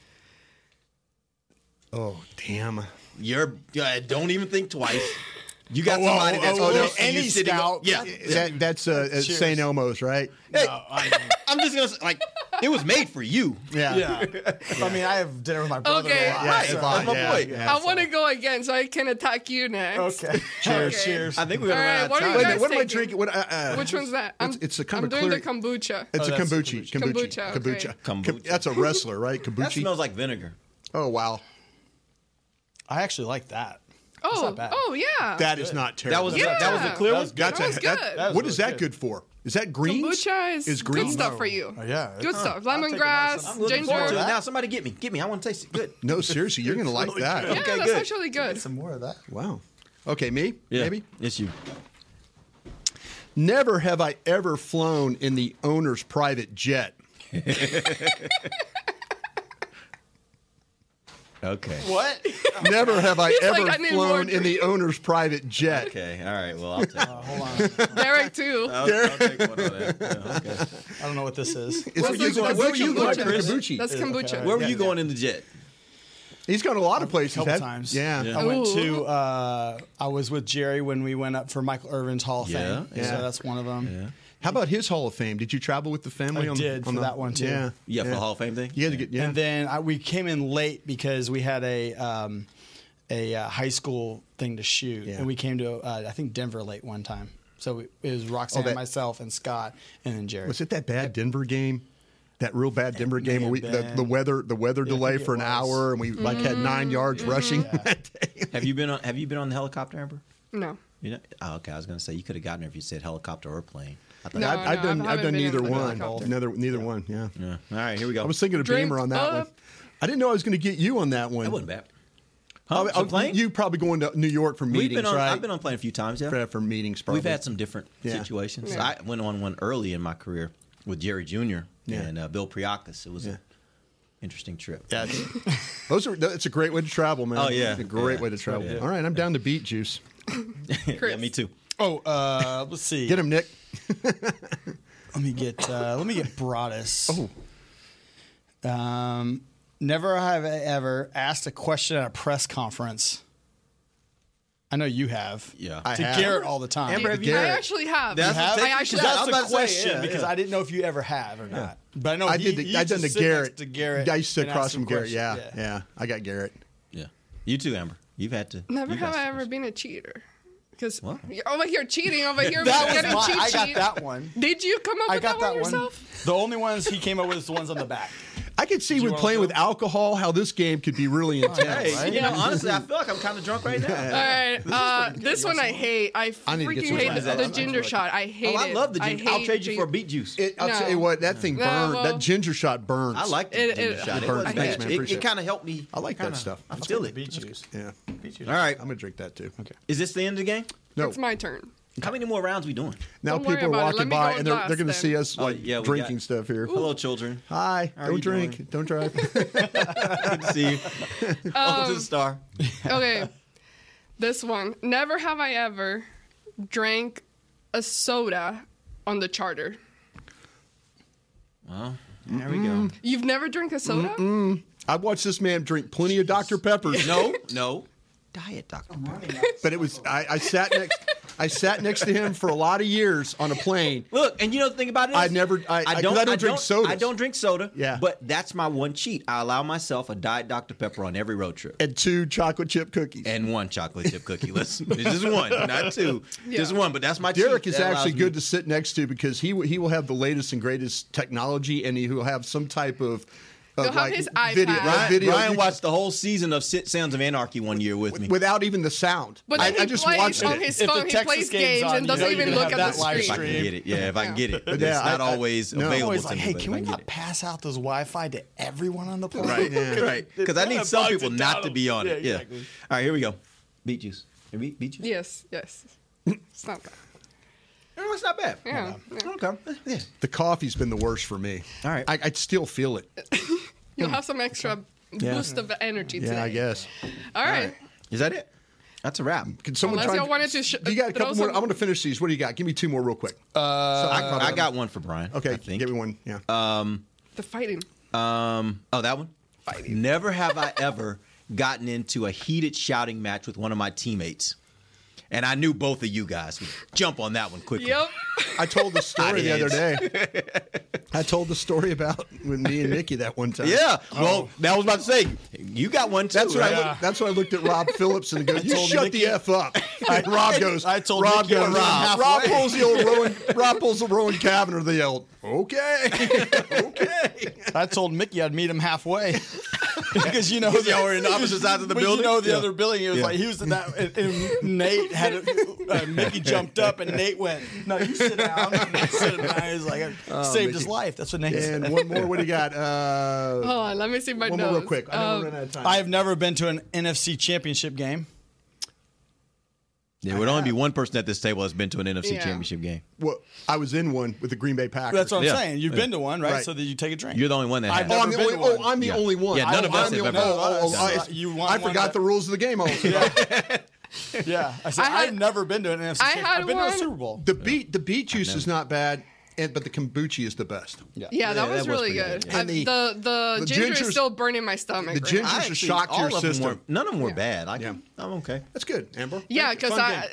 Speaker 7: Oh damn!
Speaker 5: You're uh, don't even think twice. You got
Speaker 7: Oh, well,
Speaker 5: somebody that's
Speaker 7: oh,
Speaker 5: close
Speaker 7: no,
Speaker 5: and
Speaker 11: any
Speaker 5: you sitting-
Speaker 11: scout.
Speaker 5: Yeah,
Speaker 7: *laughs* That, that's uh, at
Speaker 11: Cheers.
Speaker 7: St. Elmo's, right?
Speaker 5: Hey, I'm just gonna say, like it was made for you.
Speaker 7: Yeah.
Speaker 11: Yeah. I mean, I have dinner with my brother.
Speaker 6: Okay.
Speaker 5: Right,
Speaker 7: that's
Speaker 5: that's
Speaker 7: fine.
Speaker 5: my
Speaker 7: Yeah,
Speaker 5: point.
Speaker 6: I want to go again so I can attack you next.
Speaker 11: Okay.
Speaker 6: Cheers. Okay.
Speaker 11: Cheers.
Speaker 5: I think we're gonna
Speaker 6: All
Speaker 5: run
Speaker 6: right,
Speaker 5: out of
Speaker 6: what do
Speaker 5: time.
Speaker 6: you
Speaker 7: Wait a
Speaker 6: guys
Speaker 7: minute, what am I
Speaker 6: taking-
Speaker 7: drinking? What, uh, uh,
Speaker 6: Which one's that?
Speaker 7: It's, it's a kind
Speaker 6: I'm
Speaker 7: of
Speaker 6: doing
Speaker 7: clear.
Speaker 6: the kombucha.
Speaker 7: It's a
Speaker 11: Oh, that's
Speaker 7: kombucha. Kombucha.
Speaker 6: Kombucha, okay.
Speaker 7: Kombucha. Kom-
Speaker 5: Kombucha.
Speaker 7: That's a wrestler, right?
Speaker 5: that
Speaker 7: Kombucha.
Speaker 5: smells like vinegar.
Speaker 7: Oh wow,
Speaker 11: I actually like that.
Speaker 6: oh,
Speaker 11: not bad.
Speaker 6: oh yeah.
Speaker 7: that is not terrible.
Speaker 5: That was the, that was the
Speaker 6: Yeah.
Speaker 5: clear
Speaker 11: That
Speaker 5: one.
Speaker 11: was
Speaker 7: That's
Speaker 6: That was
Speaker 7: a, that-
Speaker 6: good.
Speaker 11: That was
Speaker 7: what is
Speaker 11: really
Speaker 7: that
Speaker 11: good.
Speaker 7: good for? Is that green?
Speaker 6: kombucha is,
Speaker 7: Is green?
Speaker 6: good stuff for you.
Speaker 11: Oh, yeah.
Speaker 6: Good
Speaker 11: Huh.
Speaker 6: stuff.
Speaker 11: I'll take a nice-
Speaker 5: I'm looking
Speaker 6: Lemongrass,
Speaker 5: forward to
Speaker 6: ginger.
Speaker 5: it
Speaker 6: Yeah,
Speaker 5: now. Somebody get me, get me. I want to taste it. Good.
Speaker 7: No, seriously, you're gonna like that.
Speaker 5: Okay,
Speaker 6: that's
Speaker 5: good.
Speaker 6: actually good.
Speaker 11: Some more of that.
Speaker 7: Wow. Okay, me? Maybe?
Speaker 5: it's you.
Speaker 7: Never have I ever flown in the owner's private jet.
Speaker 5: Okay.
Speaker 11: What?
Speaker 7: Never have I
Speaker 6: *laughs*
Speaker 11: He's
Speaker 7: ever
Speaker 11: like, "I need more
Speaker 7: flown in the owner's private jet.
Speaker 5: Okay. All right. Well, *laughs* I'll take.
Speaker 6: Derek too.
Speaker 5: I'll, I'll take one of *laughs* that. Yeah, okay.
Speaker 11: I don't know what this
Speaker 6: *laughs*
Speaker 11: is.
Speaker 7: It's Where you going- where were you going, Chris?
Speaker 6: That's kombucha.
Speaker 5: Where were
Speaker 11: Yeah,
Speaker 5: you going in the jet?
Speaker 7: He's gone a lot of places.
Speaker 11: couple
Speaker 7: have-
Speaker 11: times.
Speaker 7: Yeah.
Speaker 11: I went to.
Speaker 6: Ooh.
Speaker 11: Uh, I was with Jerry when we went up for Michael Irvin's Hall of Fame.
Speaker 7: Yeah.
Speaker 11: So that's one of them.
Speaker 7: How about his Hall of Fame? Did you travel with the family?
Speaker 11: I
Speaker 7: on,
Speaker 11: did
Speaker 7: on
Speaker 11: for
Speaker 7: the-
Speaker 11: that one too.
Speaker 7: Yeah.
Speaker 5: Yeah, for the Hall of Fame thing.
Speaker 7: You had to get. Yeah.
Speaker 11: And then I, we came in late because we had a um, a uh, high school thing to shoot,
Speaker 7: Yeah.
Speaker 11: and we came to uh, I think Denver late one time. So it was Roxanne,
Speaker 7: Oh, that-
Speaker 11: myself, and Scott, and then Jerry.
Speaker 7: Was it that bad Denver game? That real bad Denver game.
Speaker 11: may
Speaker 7: Where we,
Speaker 11: have
Speaker 7: the,
Speaker 11: been.
Speaker 7: the weather, the weather
Speaker 11: Yeah, I
Speaker 7: delay
Speaker 11: think it
Speaker 7: for an
Speaker 11: was.
Speaker 7: hour, and we like had
Speaker 6: Mm.
Speaker 7: nine
Speaker 6: Mm-hmm.
Speaker 7: yards *laughs* rushing.
Speaker 5: Have you been on? Have you been on the helicopter, Amber?
Speaker 6: No.
Speaker 5: You know, oh, okay. I was gonna say you could have gotten her if you said helicopter or plane. I thought,
Speaker 6: No,
Speaker 7: I've, I've
Speaker 6: no,
Speaker 7: done.
Speaker 6: I
Speaker 7: I've
Speaker 6: haven't
Speaker 7: done
Speaker 6: been
Speaker 7: neither
Speaker 6: in a
Speaker 7: one.
Speaker 6: helicopter.
Speaker 7: Neither. Neither one. Yeah.
Speaker 5: yeah. All right, here we go.
Speaker 7: I was thinking of
Speaker 6: Drink
Speaker 7: Beamer on that one.
Speaker 6: up.
Speaker 7: I didn't know I was going to get you on that one.
Speaker 5: that wasn't bad.
Speaker 7: I-
Speaker 5: Huh?
Speaker 7: I-
Speaker 5: So plane?
Speaker 7: You probably going to New York for meetings,
Speaker 5: We've been on,
Speaker 7: right?
Speaker 5: I've been on plane a few times. Yeah.
Speaker 7: for, for meetings. Probably.
Speaker 5: We've had some different
Speaker 7: Yeah.
Speaker 5: situations.
Speaker 6: Yeah.
Speaker 5: I went on one early in my career with Jerry Jr.
Speaker 7: Yeah.
Speaker 5: and uh, Bill Priakas. It was an interesting trip. *laughs*
Speaker 7: Yeah, it's- those are. That's a great way to travel, man.
Speaker 5: Oh, yeah.
Speaker 7: It's a great
Speaker 5: Yeah.
Speaker 7: way to travel.
Speaker 5: Yeah.
Speaker 7: All right, I'm down to beet juice.
Speaker 5: Yeah, me too.
Speaker 11: Oh, uh, let's see.
Speaker 7: Get him, Nick.
Speaker 11: Let me get uh, let me get Broadus. Oh. Um, never have I ever asked a question at a press conference. I know you have.
Speaker 5: Yeah.
Speaker 11: I
Speaker 5: I
Speaker 11: to
Speaker 7: have.
Speaker 11: Garrett all the time.
Speaker 5: Amber, have you-
Speaker 6: I
Speaker 7: Derek.
Speaker 6: actually have.
Speaker 5: That's
Speaker 11: have?
Speaker 6: I actually
Speaker 11: Because
Speaker 5: I'm
Speaker 6: have.
Speaker 11: that's the
Speaker 5: about to say,
Speaker 11: question
Speaker 5: yeah,
Speaker 11: because
Speaker 5: yeah.
Speaker 11: I didn't know if you ever have or not. But I know
Speaker 7: I
Speaker 11: he-
Speaker 7: did.
Speaker 11: you
Speaker 7: The, I done
Speaker 11: used
Speaker 7: the
Speaker 11: to sit next
Speaker 7: Garrett.
Speaker 11: To Garrett.
Speaker 7: I used to
Speaker 11: and ask
Speaker 7: across from
Speaker 11: him
Speaker 7: Garrett. Yeah, yeah,
Speaker 11: questions.
Speaker 7: I got Garrett.
Speaker 5: Yeah. You too, Amber. You've had to.
Speaker 6: Never
Speaker 5: you've
Speaker 6: have
Speaker 5: had
Speaker 6: I
Speaker 5: some-
Speaker 6: ever been a cheater. Because
Speaker 5: What?
Speaker 6: you're over here cheating, over here
Speaker 11: That
Speaker 6: getting
Speaker 11: was mine.
Speaker 6: cheat
Speaker 11: I got
Speaker 6: sheet.
Speaker 11: that one.
Speaker 6: Did you come up
Speaker 11: I
Speaker 6: with
Speaker 11: got
Speaker 6: that
Speaker 11: that
Speaker 6: one
Speaker 11: one.
Speaker 6: yourself?
Speaker 11: The only ones he came up with is the ones on the back.
Speaker 7: I could see with
Speaker 11: wanna
Speaker 7: playing
Speaker 11: go?
Speaker 7: with alcohol how this game could be really intense.
Speaker 5: Hey, you know, honestly, I feel like I'm kind of
Speaker 7: *laughs*
Speaker 5: drunk right now.
Speaker 6: All right, uh, this one I hate. I
Speaker 7: I need to get
Speaker 6: freaking
Speaker 7: some
Speaker 6: hate
Speaker 7: glasses.
Speaker 6: the ginger shot. I hate
Speaker 5: Oh,
Speaker 6: it.
Speaker 5: I love the ginger. I'll
Speaker 6: hate
Speaker 5: trade you for
Speaker 6: gin-
Speaker 5: beet juice.
Speaker 7: It, I'll
Speaker 6: No.
Speaker 7: tell you what, that thing
Speaker 6: No,
Speaker 7: burned.
Speaker 6: well-
Speaker 7: that ginger shot burns.
Speaker 5: I like the
Speaker 6: It-
Speaker 5: ginger
Speaker 6: it-
Speaker 5: shot.
Speaker 6: it
Speaker 5: It,
Speaker 6: burns.
Speaker 5: wasn't
Speaker 6: I hate
Speaker 5: bad.
Speaker 6: it.
Speaker 5: it,
Speaker 7: Appreciate it.
Speaker 5: kind of helped me.
Speaker 7: I like that
Speaker 5: kinda-
Speaker 7: stuff.
Speaker 5: I
Speaker 7: That's
Speaker 5: feel
Speaker 7: good.
Speaker 5: it.
Speaker 11: Beet juice.
Speaker 7: Yeah.
Speaker 5: All right.
Speaker 7: I'm gonna drink that too. Okay.
Speaker 5: Is this the end of the game?
Speaker 7: No.
Speaker 6: It's my turn.
Speaker 5: How many more rounds we doing?
Speaker 7: now
Speaker 6: Don't worry
Speaker 7: people are
Speaker 6: about it. Let
Speaker 7: walking
Speaker 6: me go
Speaker 7: by
Speaker 6: in
Speaker 7: and they're,
Speaker 6: last
Speaker 7: they're going to
Speaker 6: then.
Speaker 7: see us
Speaker 5: Oh,
Speaker 7: like
Speaker 5: yeah, we
Speaker 7: drinking
Speaker 5: got-
Speaker 7: stuff here.
Speaker 5: Hello, children.
Speaker 7: Hi.
Speaker 5: How are
Speaker 7: don't
Speaker 5: you
Speaker 7: drink.
Speaker 5: doing?
Speaker 7: Don't drive.
Speaker 5: Good to
Speaker 11: *laughs*
Speaker 5: see you. Welcome
Speaker 11: Um,
Speaker 5: to the star.
Speaker 6: Okay, this one. Never have I ever drank a soda on the charter.
Speaker 5: There we go.
Speaker 6: You've never drank a soda?
Speaker 7: I watched this man drink plenty of Dr
Speaker 11: Mm.
Speaker 7: Peppers.
Speaker 5: No, no. Diet Dr. Pepper.
Speaker 7: but it was I, I sat next. I sat next to him for a lot of years on a plane.
Speaker 5: Look, and you know the thing about it is
Speaker 7: I never- I- I- 'cause I don't drink sodas.
Speaker 5: I don't drink soda.
Speaker 7: Yeah.
Speaker 5: But that's my one cheat. I allow myself a Diet Dr. Pepper on every road trip.
Speaker 7: And two chocolate chip cookies.
Speaker 5: And one chocolate chip cookie. Listen, it's just one, not two. Just one, but that's my
Speaker 7: Derek
Speaker 5: cheat.
Speaker 7: is
Speaker 5: That allows
Speaker 7: actually
Speaker 5: me-
Speaker 7: good to sit next to because he w- he will have the latest and greatest technology, and he will have some type of. of
Speaker 6: He'll have
Speaker 7: like
Speaker 6: his
Speaker 7: video,
Speaker 6: iPad.
Speaker 7: a
Speaker 5: Ryan,
Speaker 7: video
Speaker 5: Ryan
Speaker 7: you-
Speaker 5: watched the whole season of Sit Sounds of Anarchy one year with me.
Speaker 7: without even the sound.
Speaker 6: But
Speaker 7: I,
Speaker 6: then he
Speaker 7: I just
Speaker 6: plays
Speaker 7: watched
Speaker 6: on
Speaker 7: it.
Speaker 6: his
Speaker 11: If the
Speaker 6: phone. He
Speaker 11: Texas
Speaker 6: plays
Speaker 11: game's
Speaker 6: games
Speaker 11: on,
Speaker 6: and
Speaker 11: you
Speaker 6: doesn't
Speaker 11: know you're
Speaker 6: even
Speaker 11: gonna
Speaker 6: look
Speaker 11: have
Speaker 6: at
Speaker 11: that
Speaker 6: the
Speaker 11: live
Speaker 5: if I
Speaker 6: screen.
Speaker 5: can get it, yeah, if I can get it.
Speaker 7: But
Speaker 5: It's
Speaker 7: yeah,
Speaker 5: not
Speaker 7: I- I-
Speaker 5: always
Speaker 7: no.
Speaker 11: I'm
Speaker 5: available
Speaker 11: always
Speaker 5: to
Speaker 11: like,
Speaker 5: me,
Speaker 11: hey,
Speaker 5: but
Speaker 11: can
Speaker 5: if I
Speaker 11: we
Speaker 5: get
Speaker 11: not
Speaker 5: it.
Speaker 11: pass out this Wi-Fi to everyone on the plane?
Speaker 7: Right, yeah.
Speaker 5: right. Because I
Speaker 11: It
Speaker 5: need
Speaker 11: kinda
Speaker 5: some
Speaker 11: bogs
Speaker 5: people
Speaker 11: it
Speaker 5: not
Speaker 11: down
Speaker 5: to
Speaker 11: a-
Speaker 5: be on
Speaker 11: yeah,
Speaker 5: it. Yeah.
Speaker 11: exactly.
Speaker 5: All right, here we go. Beet juice. Beet, beet juice.
Speaker 6: Yes, yes. It's not bad.
Speaker 5: No, it's not bad.
Speaker 6: Yeah.
Speaker 5: Okay. Yeah.
Speaker 7: The coffee's been the worst for me.
Speaker 5: All right.
Speaker 7: I, I still feel it.
Speaker 6: You'll have some extra boost of energy today.
Speaker 7: Yeah, I guess.
Speaker 6: All right.
Speaker 5: Is that it? That's a wrap.
Speaker 7: Can someone
Speaker 6: Unless
Speaker 7: try
Speaker 6: y'all wanted to sh-
Speaker 7: Do you got a
Speaker 6: throw
Speaker 7: couple more?
Speaker 6: some-
Speaker 7: I want to finish these. What do you got? Give me two more real quick. Uh,
Speaker 5: I, I got one for Brian.
Speaker 7: Okay,
Speaker 5: I think. Uh,
Speaker 7: give me one. Yeah.
Speaker 6: The fighting.
Speaker 5: Um. Oh, that one. Never have I ever gotten into a heated shouting match with one of my teammates, and I knew both of you guys would jump on that one quickly.
Speaker 6: Yep. *laughs*
Speaker 7: I told
Speaker 5: *laughs*
Speaker 7: the
Speaker 5: I
Speaker 7: story the other day.
Speaker 5: *laughs*
Speaker 7: I told the story about with me and Nikki that one time.
Speaker 5: Yeah. Well, that was about to say you got one too.
Speaker 7: Oh. That's what
Speaker 5: right?
Speaker 7: I looked, that's what I looked at Rob Phillips and go, "You
Speaker 11: told
Speaker 7: shut
Speaker 11: Nikki-
Speaker 7: the f up." And Rob goes,
Speaker 11: I told
Speaker 7: Rob
Speaker 11: Nikki I
Speaker 7: goes,
Speaker 11: was
Speaker 7: Rob,
Speaker 11: halfway."
Speaker 7: Rob pulls the old Rowan, Rob pulls the Rowan Cavender the old, okay, okay.
Speaker 11: I told Mickey I'd meet him
Speaker 5: *laughs*
Speaker 11: halfway because you know
Speaker 5: Because y'all were
Speaker 11: *laughs*
Speaker 5: in opposite sides of the
Speaker 11: because
Speaker 5: building?
Speaker 11: You know the
Speaker 5: Yeah.
Speaker 11: other building. It was
Speaker 5: Yeah.
Speaker 11: like he was in that, and, and Nate had uh, Mickey
Speaker 5: *laughs*
Speaker 11: jumped up, and Nate went, "No, you sit down." And I sit down. He was like, "It
Speaker 5: Oh,
Speaker 11: "Saved his life." That's what Nate
Speaker 7: And
Speaker 11: said.
Speaker 7: one more, what do you got? Uh,
Speaker 6: Hold on. Let me see my
Speaker 7: one
Speaker 6: notes.
Speaker 7: more, real quick. I know
Speaker 6: Um,
Speaker 7: we're running out of time.
Speaker 11: I have never been to an NFC Championship game.
Speaker 5: There would only be one person at this table that's been to an NFC
Speaker 7: Yeah.
Speaker 5: championship game.
Speaker 7: Well, I was in one with the Green Bay Packers.
Speaker 11: That's what I'm saying. You've been to one, right? So that you take a drink.
Speaker 5: You're the only one that
Speaker 7: I've
Speaker 5: has.
Speaker 7: oh, I'm the only, oh, I'm the
Speaker 5: Yeah.
Speaker 7: only one.
Speaker 5: Yeah, none of
Speaker 7: Oh,
Speaker 5: us
Speaker 7: I'm the
Speaker 5: have
Speaker 7: only-
Speaker 5: ever-
Speaker 7: oh, oh,
Speaker 5: Yeah.
Speaker 7: oh, I,
Speaker 11: You want
Speaker 7: I
Speaker 11: one
Speaker 7: forgot
Speaker 11: that-
Speaker 7: the rules of the game. Also,
Speaker 11: yeah, I said,
Speaker 6: I had-
Speaker 11: I've never been to an NFC.
Speaker 6: I
Speaker 11: championship.
Speaker 6: had
Speaker 11: I've been to
Speaker 6: one-
Speaker 11: a Super Bowl.
Speaker 7: the beet the beet juice is not bad, and, but the kombucha is the best.
Speaker 6: Yeah, that was really good. I-
Speaker 7: And
Speaker 6: The, the
Speaker 7: the
Speaker 6: ginger is
Speaker 7: ginger's-
Speaker 6: still burning my stomach.
Speaker 7: the
Speaker 6: right
Speaker 7: ginger's
Speaker 6: now.
Speaker 7: a
Speaker 5: Actually,
Speaker 7: shock to
Speaker 5: all
Speaker 7: your
Speaker 5: of them
Speaker 7: system.
Speaker 5: were- none of them were bad. I can, I'm okay.
Speaker 7: That's good, Amber.
Speaker 6: Yeah, because I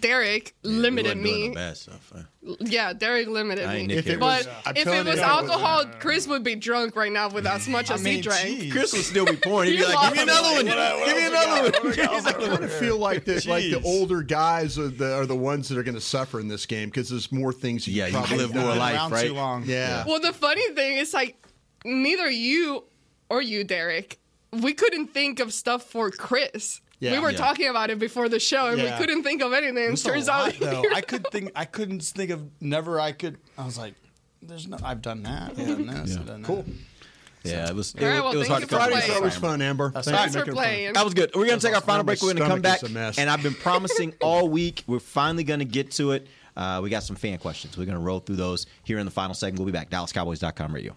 Speaker 6: Derek limited
Speaker 5: Wasn't doing
Speaker 6: me.
Speaker 5: no bad stuff. huh?
Speaker 6: Yeah, Derek limited
Speaker 5: I ain't
Speaker 6: me.
Speaker 5: Nick If it Harris.
Speaker 6: but
Speaker 5: was- I'm
Speaker 6: if it
Speaker 5: telling
Speaker 6: was
Speaker 5: you, I wasn't-
Speaker 6: alcohol, Chris would be drunk right now with as much as he drank.
Speaker 5: Chris would still be pouring. He'd be
Speaker 6: You
Speaker 5: like, "Give me
Speaker 6: lost
Speaker 5: another one.
Speaker 6: me. What I- what
Speaker 5: Give me
Speaker 6: I
Speaker 5: another one."
Speaker 7: I kind of feel like the like the
Speaker 5: Jeez.
Speaker 7: older guys are the are the ones that are going to suffer in this game because there's more things. You
Speaker 5: Yeah,
Speaker 7: could
Speaker 5: you
Speaker 7: probably
Speaker 5: live
Speaker 7: do.
Speaker 5: more life, Around too right? long.
Speaker 7: Yeah.
Speaker 6: Well, the funny thing is, like, neither you or you, Derek, we couldn't think of stuff for Chris.
Speaker 11: Yeah.
Speaker 6: We were
Speaker 11: Yeah.
Speaker 6: talking about it before the show, and
Speaker 11: Yeah.
Speaker 6: we couldn't think of anything.
Speaker 11: It
Speaker 6: And
Speaker 11: was a
Speaker 6: turns
Speaker 11: lot,
Speaker 6: *laughs* out,
Speaker 11: though. I could think. I couldn't think of never. I could. I was like, there's no. I've done that. I've done this. I've done cool.
Speaker 5: *laughs* Yeah, it was. It,
Speaker 11: All right,
Speaker 5: was-
Speaker 11: well,
Speaker 5: it was
Speaker 11: thank
Speaker 5: hard
Speaker 11: you
Speaker 5: to
Speaker 11: for
Speaker 5: come
Speaker 11: playing.
Speaker 5: back.
Speaker 11: That was fun,
Speaker 7: Amber.
Speaker 11: Thanks Thanks for for making it fun. playing.
Speaker 5: That was good. We're gonna take our
Speaker 7: My
Speaker 5: final break. We're gonna come
Speaker 7: stomach
Speaker 5: back,
Speaker 7: is a mess.
Speaker 5: and I've
Speaker 7: *laughs*
Speaker 5: been promising all week. We're finally gonna get to it. Uh, we got some fan questions. We're gonna roll through those here in the final segment. We'll be back. DallasCowboys.com radio.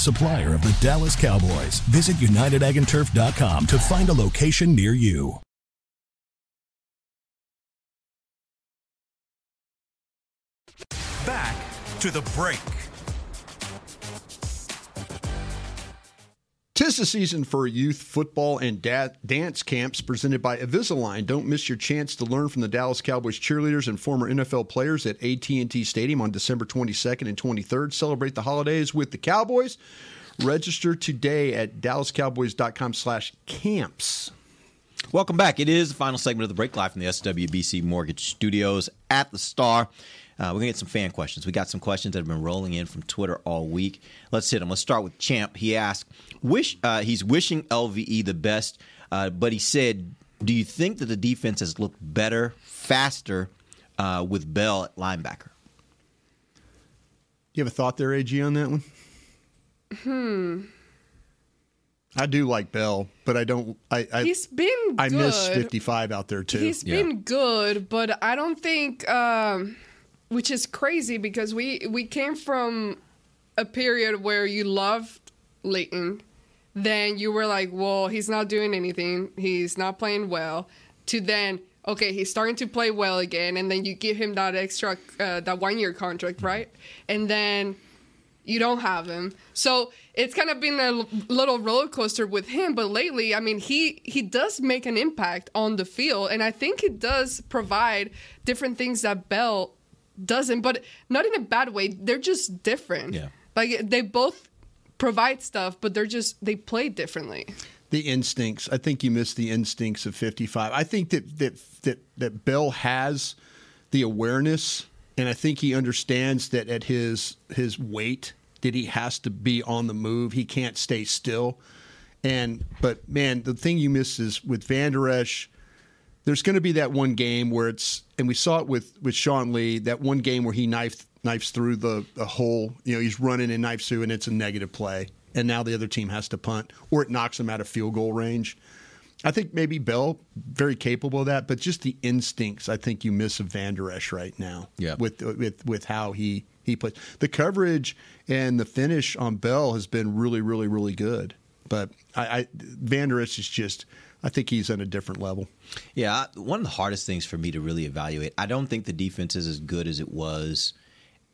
Speaker 10: supplier of the Dallas Cowboys. Visit unitedagandturf.com to find a location near you.
Speaker 1: Back to the break.
Speaker 7: Tis the season for youth football and da- dance camps presented by Invisalign. Don't miss your chance to learn from the Dallas Cowboys cheerleaders and former NFL players at AT&T Stadium on December 22nd and 23rd. Celebrate the holidays with the Cowboys. Register today at dallascowboys.com slash camps.
Speaker 5: Welcome back. It is the final segment of the break live from the SWBC Mortgage Studios at the Star. Uh, we're going to get some fan questions. We got some questions that have been rolling in from Twitter all week. Let's hit them. Let's start with Champ. He asked, "Wish uh, he's wishing LVE the best, uh, but he said, do you think that the defense has looked better, faster uh, with Bell at linebacker?
Speaker 7: You have a thought there, AG, on that one?
Speaker 6: hmm.
Speaker 7: I do like Bell, but I don't. I, I
Speaker 6: He's been
Speaker 7: I miss
Speaker 6: good.
Speaker 7: 55 out there too.
Speaker 6: He's been good, but I don't think, um, which is crazy because we we came from a period where you loved Leighton, then you were like, well, he's not doing anything, he's not playing well, to then. Okay, he's starting to play well again, and then you give him that extra, uh, that one year contract, right? And then you don't have him. So it's kind of been a l- little roller coaster with him. But lately, I mean, he he does make an impact on the field, and I think he does provide different things that Bell doesn't, but not in a bad way. They're just different.
Speaker 7: Yeah.
Speaker 6: Like they both provide stuff, but they're just they play differently.
Speaker 7: the instincts. I think you missed the instincts of 55. I think that that that that Bell has the awareness, and I think he understands that at his his weight that he has to be on the move. He can't stay still. And but man, the thing you miss is with Van Der Esch, there's going to be that one game where it's and we saw it with with Sean Lee that one game where he knifed knifes through the, the hole you know he's running and knifes through and it's a negative play and now the other team has to punt or it knocks them out of field goal range I think maybe Bell very capable of that but just the instincts I think you miss of Van Der Esch right now
Speaker 5: Yeah.
Speaker 7: with with with how he he plays the coverage and the finish on Bell has been really really really good but I, I Van Der Esch is just I think he's on a different level.
Speaker 5: Yeah, I- one of the hardest things for me to really evaluate. I don't think the defense is as good as it was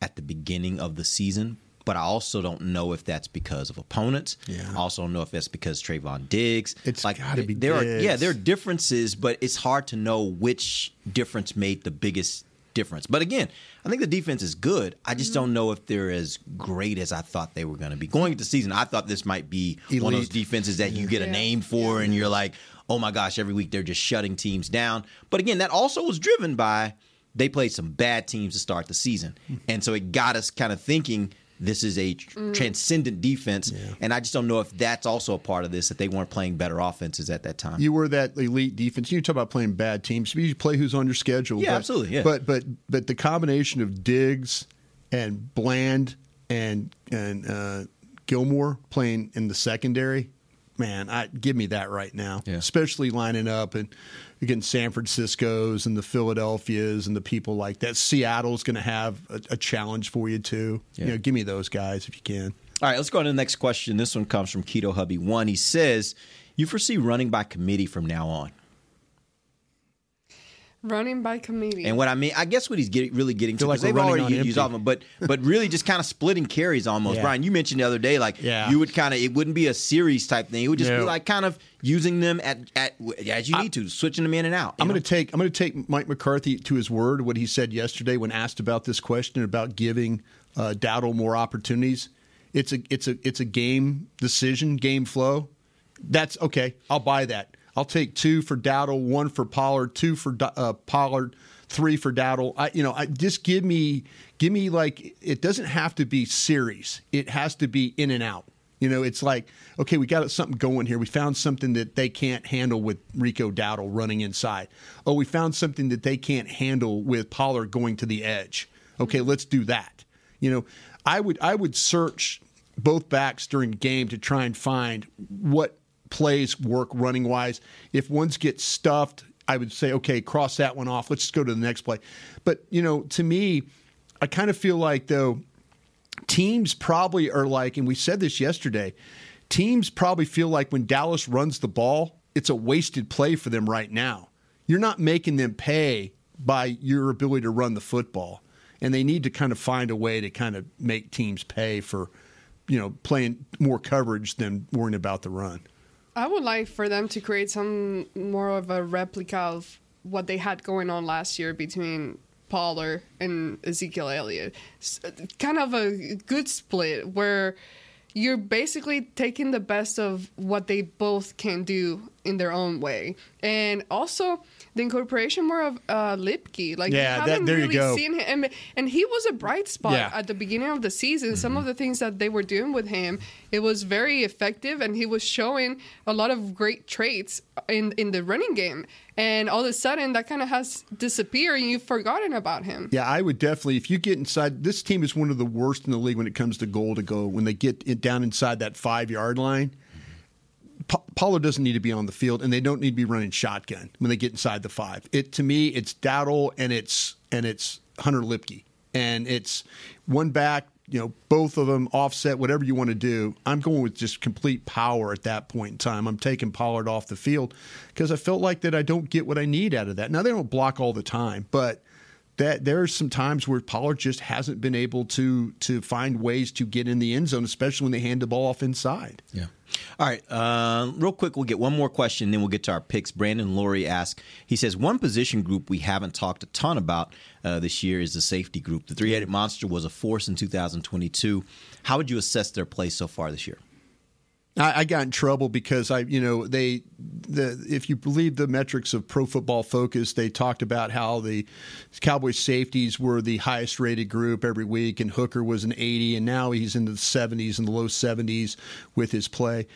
Speaker 5: at the beginning of the season, but I also don't know if that's because of opponents. Yeah. I also don't know if that's because Trayvon Diggs. It's like
Speaker 7: gotta be
Speaker 5: there are
Speaker 7: Diggs.
Speaker 5: yeah there are differences, but it's hard to know which difference made the biggest difference. But again, I think the defense is good. I just
Speaker 7: Mm-hmm.
Speaker 5: don't know if they're as great as I thought they were going to be going into the season. I thought this might be one of those
Speaker 7: Elite.
Speaker 5: defenses that you get a
Speaker 7: Yeah.
Speaker 5: name for and you're like, oh my gosh, every week they're just shutting teams down. But again, that also was driven by they played some bad teams to start the season.
Speaker 7: Hmm.
Speaker 5: And so it got us kind of thinking this is a tr-
Speaker 12: Mm.
Speaker 5: transcendent defense. And I just don't know if that's also a part of this, that they weren't playing better offenses at that time.
Speaker 7: You were that elite defense. You talk about playing bad teams. You play who's on your schedule.
Speaker 5: Yeah,
Speaker 7: but,
Speaker 5: absolutely, yeah.
Speaker 7: But but but the combination of Diggs and Bland and and uh, Gilmore playing in the secondary, man, I give me that right now. Especially lining up and against San Francisco's and the Philadelphia's and the people like that. Seattle's going to have a, a challenge for you too. You know, give me those guys if you can.
Speaker 5: All right, let's go on to the next question. This one comes from Keto Hubby One. He says, You foresee running by committee from now on.
Speaker 6: Running by comedian.
Speaker 5: And what I mean, I guess what he's getting, really getting to,
Speaker 7: Feel like we're
Speaker 5: because they've
Speaker 7: running
Speaker 5: already
Speaker 7: on
Speaker 5: used,
Speaker 7: empty.
Speaker 5: used all of them, but but really just kind of splitting carries almost.
Speaker 7: Yeah.
Speaker 5: Brian, you mentioned the other day, like
Speaker 7: Yeah.
Speaker 5: you would kind of it wouldn't be a series type thing. It would just be
Speaker 7: No.
Speaker 5: like kind of using them at at as you need to, switching them in and out.
Speaker 7: I'm going to take I'm going to take Mike McCarthy to his word what he said yesterday when asked about this question about giving uh, Dowdle more opportunities. It's a it's a it's a game decision, game flow. That's okay. I'll buy that. I'll take two for Dowdle, one for Pollard, two for Do- uh, Pollard, three for Dowdle. I you know I just give me give me like it doesn't have to be series. It has to be in and out. You know, it's like, okay, we got something going here. We found something that they can't handle with Rico Dowdle running inside. Oh, we found something that they can't handle with Pollard going to the edge. Okay, let's do that. You know, I would I would search both backs during game to try and find what plays work running wise. If ones get stuffed, I would say, okay, cross that one off. Let's just go to the next play. But, you know, to me, I kind of feel like though teams probably are like, and we said this yesterday, teams probably feel like when Dallas runs the ball, it's a wasted play for them right now. You're not making them pay by your ability to run the football. And they need to kind of find a way to kind of make teams pay for, you know, playing more coverage than worrying about the run.
Speaker 6: I would like for them to create some more of a replica of what they had going on last year between Pollard and Ezekiel Elliott. S- Kind of a good split where you're basically taking the best of what they both can do in their own way. And also the incorporation more of uh, Lipke. Like,
Speaker 7: Yeah,
Speaker 6: you
Speaker 7: that-
Speaker 6: haven't
Speaker 7: there you
Speaker 6: really
Speaker 7: go.
Speaker 6: seen him. And, and he was a bright spot
Speaker 7: Yeah.
Speaker 6: at the beginning of the season. Some of the things that they were doing with him, it was very effective, and he was showing a lot of great traits in in the running game. And all of a sudden, that kind of has disappeared, and you've forgotten about him.
Speaker 7: Yeah, I would definitely. If you get inside, this team is one of the worst in the league when it comes to goal to go. When they get it down inside that five yard line, Pa- Pollard doesn't need to be on the field, and they don't need to be running shotgun when they get inside the five. It to me, it's Dowdle and it's and it's Hunter Lipke, and it's one back. You know, both of them offset whatever you want to do. I'm going with just complete power at that point in time. I'm taking Pollard off the field because I felt like that I don't get what I need out of that. Now they don't block all the time, but that there are some times where Pollard just hasn't been able to to find ways to get in the end zone, especially when they hand the ball off inside.
Speaker 5: Yeah. All right. Uh, real quick, we'll get one more question, then we'll get to our picks. Brandon Laurie asks, he says, one position group we haven't talked a ton about uh, this year is the safety group. The three headed monster was a force in 2022. How would you assess their play so far this year?
Speaker 7: I, I got in trouble because I, you know, they, the if you believe the metrics of Pro Football Focus, they talked about how the Cowboys safeties were the highest rated group every week, and Hooker was an 80, and now he's in the 70s and the low 70s with his play.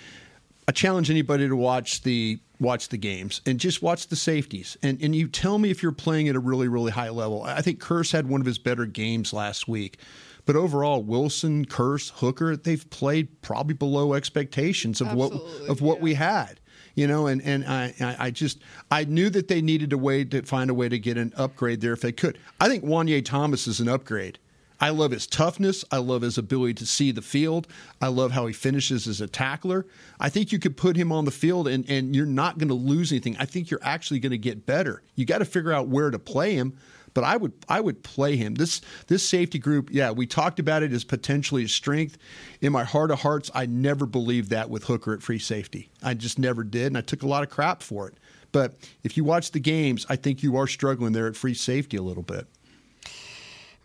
Speaker 7: I challenge anybody to watch the watch the games and just watch the safeties and and you tell me if you're playing at a really really high level. I think Curse had one of his better games last week. But overall, Wilson, Curse, Hooker, they've played probably below expectations of what of what we had. You know, and and I I I just I knew that they needed a way to find a way to get an upgrade there if they could. I think Wanye Thomas is an upgrade. I love his toughness. I love his ability to see the field. I love how he finishes as a tackler. I think you could put him on the field and, and you're not going to lose anything. I think you're actually going to get better. You got to figure out where to play him, but I would I would play him. This this safety group, yeah, we talked about it as potentially a strength. In my heart of hearts, I never believed that with Hooker at free safety. I just never did, and I took a lot of crap for it. But if you watch the games, I think you are struggling there at free safety a little bit.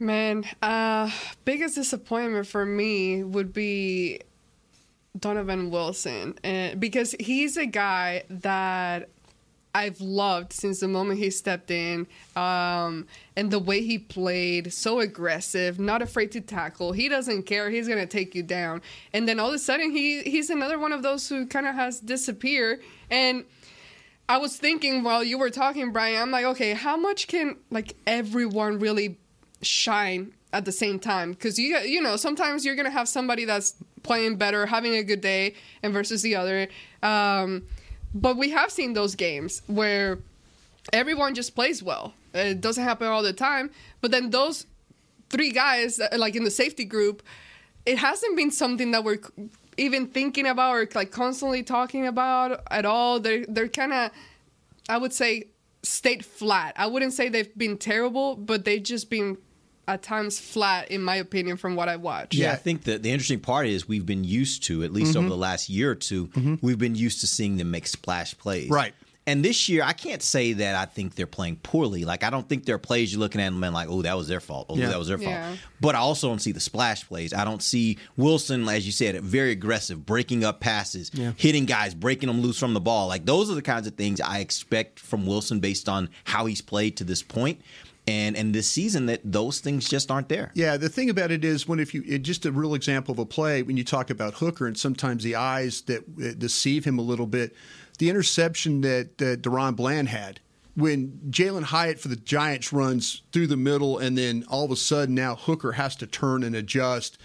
Speaker 6: Man, uh, biggest disappointment for me would be Donovan Wilson, and because he's a guy that I've loved since the moment he stepped in, um, and the way he played, so aggressive, not afraid to tackle. He doesn't care; he's gonna take you down. And then all of a sudden, he he's another one of those who kind of has disappeared and. I was thinking while you were talking, Brian, I'm like, okay, how much can like everyone really shine at the same time? Because you you know sometimes you're gonna have somebody that's playing better, having a good day, and versus the other. Um, but we have seen those games where everyone just plays well. It doesn't happen all the time, but then those three guys, uh, like in the safety group, it hasn't been something that we're c- even thinking about or like constantly talking about at all. They're they're kind of, I would say, stayed flat. I wouldn't say they've been terrible, but they've just been at times flat, in my opinion, from what I watch.
Speaker 5: Yeah, I think that the interesting part is we've been used to, at least over
Speaker 7: Mm-hmm.
Speaker 6: Mhm.
Speaker 5: the last year or 2
Speaker 6: Mhm.
Speaker 5: we've been used to seeing them make splash plays.
Speaker 7: Right.
Speaker 5: And this year, I can't say that I think they're playing poorly. Like, I don't think there are plays you're looking at them and like, oh, that was their fault. Oh,
Speaker 7: Yeah.
Speaker 5: that was their fault.
Speaker 7: Yeah.
Speaker 5: But I also don't see the splash plays. I don't see Wilson, as you said, very aggressive, breaking up passes,
Speaker 7: Yeah.
Speaker 5: hitting guys, breaking them loose from the ball. Like those are the kinds of things I expect from Wilson based on how he's played to this point. And and this season that those things just aren't there.
Speaker 7: Yeah, the thing about it is when if you it, just a real example of a play when you talk about Hooker and sometimes the eyes that uh, deceive him a little bit. The interception that that Deron Bland had when Jalen Hyatt for the Giants runs through the middle and then all of a sudden now Hooker has to turn and adjust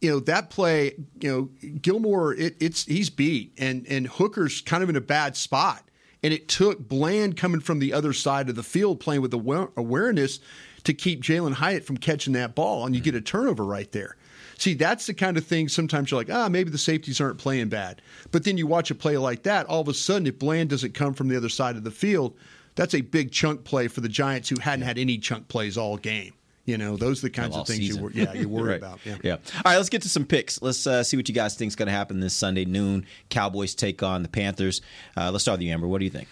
Speaker 7: you know that play you know gilmore it, it's he's beat and and hooker's kind of in a bad spot and it took bland coming from the other side of the field playing with awa- awareness to keep jalen hyatt from catching that ball and you get a turnover right there see that's the kind of thing sometimes you're like ah maybe the safeties aren't playing bad but then you watch a play like that all of a sudden if bland doesn't come from the other side of the field that's a big chunk play for the giants who hadn't had any chunk plays all game you know those are the kinds
Speaker 5: all
Speaker 7: of things
Speaker 5: season.
Speaker 7: you wor-
Speaker 5: *laughs*
Speaker 7: yeah you worry
Speaker 5: Right.
Speaker 7: about
Speaker 5: Yeah. All right, let's get to some picks. Let's uh, see what you guys think is going to happen this Sunday noon. Cowboys take on the Panthers. Uh, let's start with you, Amber. What do you think?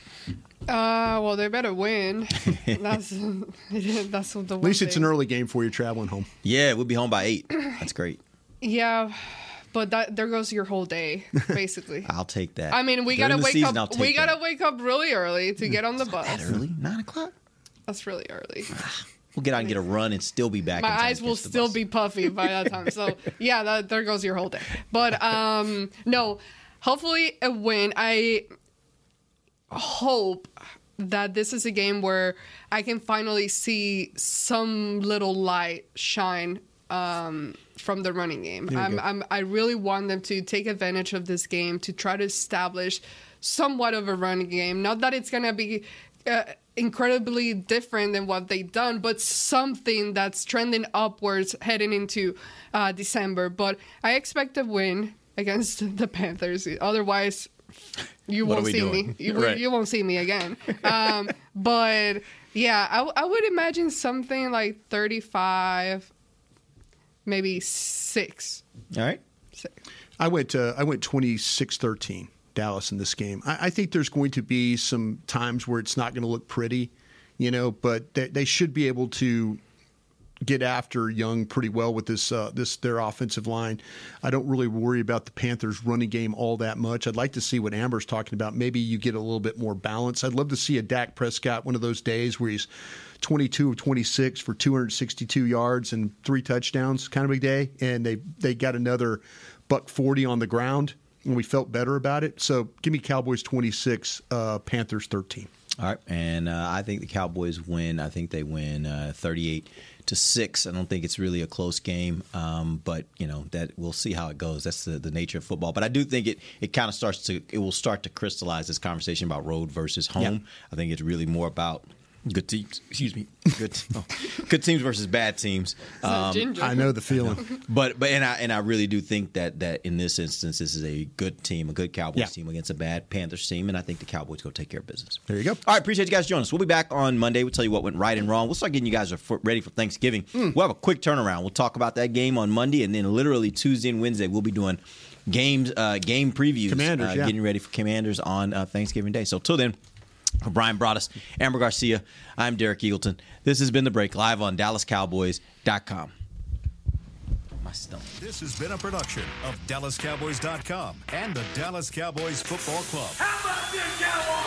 Speaker 6: Uh, well, they
Speaker 7: *laughs*
Speaker 6: better win. that's *laughs* that's the
Speaker 7: At least it's an early game for you traveling home.
Speaker 5: Yeah, we'll be home by *clears throat* eight. That's great.
Speaker 6: Yeah, but that there goes your whole day,
Speaker 7: *laughs*
Speaker 6: basically.
Speaker 5: I'll take that.
Speaker 6: I mean, we
Speaker 5: During
Speaker 6: gotta
Speaker 5: the
Speaker 6: wake
Speaker 5: season, I'll
Speaker 6: up.
Speaker 5: take
Speaker 6: We
Speaker 5: that.
Speaker 6: gotta wake up really early to get on the bus.
Speaker 5: early? Nine o'clock.
Speaker 6: That's really early.
Speaker 5: We'll get out and get a run and still be back.
Speaker 6: My
Speaker 5: in time
Speaker 6: eyes
Speaker 5: to
Speaker 6: will
Speaker 5: catch the
Speaker 6: still be puffy by that time.
Speaker 5: *laughs*
Speaker 6: So yeah, that, there goes your whole day. But um, no, hopefully a win. I hope that this is a game where I can finally see some little light shine um, from the running game.
Speaker 12: There you
Speaker 6: I'm,
Speaker 12: go.
Speaker 6: I'm, I really want them to take advantage of this game to try to establish somewhat of a running game. Not that it's going to be. Uh, incredibly different than what they've done but something that's trending upwards heading into uh, december but i expect a win against *laughs* the panthers otherwise you
Speaker 12: What are
Speaker 6: won't
Speaker 12: we
Speaker 6: see
Speaker 12: doing?
Speaker 6: me. You,
Speaker 12: Right.
Speaker 6: you won't see me again. Um, *laughs* but Yeah, I, w- I would imagine something like 35, maybe six.
Speaker 5: All right.
Speaker 7: I went uh, I went 26-13 Dallas in this game. I, I think there's going to be some times where it's not going to look pretty, you know, but they, they should be able to get after Young pretty well with this uh, this their offensive line. I don't really worry about the Panthers running game all that much. I'd like to see what Amber's talking about. Maybe you get a little bit more balance. I'd love to see a Dak Prescott one of those days where he's 22 of 26 for 262 yards and three touchdowns, kind of a day, and they they got another buck 40 on the ground and we felt better about it. So give me Cowboys 26, uh, Panthers 13.
Speaker 5: All right, and uh, I think the Cowboys win. I think they win uh, thirty-eight to six. I don't think it's really a close game, um, but you know that we'll see how it goes. That's the, the nature of football. But I do think it it kind of starts to it will start to crystallize this conversation about road versus home.
Speaker 12: Yeah.
Speaker 5: I think it's really more about good teams. Excuse me, good *laughs* oh, good teams versus bad teams.
Speaker 7: not ginger. I know the feeling. *laughs*
Speaker 5: I know. but but and I and I really do think that that in this instance, this is a good team, a good Cowboys
Speaker 7: Yeah.
Speaker 5: team against a bad Panthers team, and I think the Cowboys go take care of business.
Speaker 7: There you go.
Speaker 5: All right, appreciate you guys joining us. We'll be back on Monday. We'll tell you what went right and wrong. We'll start getting you guys for- ready for Thanksgiving.
Speaker 7: Mm.
Speaker 5: We'll have a quick turnaround. We'll talk about that game on Monday, and then literally Tuesday and Wednesday we'll be doing games, uh, game previews,
Speaker 7: Commanders,
Speaker 5: uh,
Speaker 7: yeah.
Speaker 5: getting ready for Commanders on uh, Thanksgiving Day. So till then. For Brian Broaddus, Amber Garcia, I'm Derek Eagleton. This has been The Break live on DallasCowboys.com. My stomach.
Speaker 10: This has been a production of DallasCowboys.com and the Dallas Cowboys Football Club.
Speaker 3: How about this, Cowboys?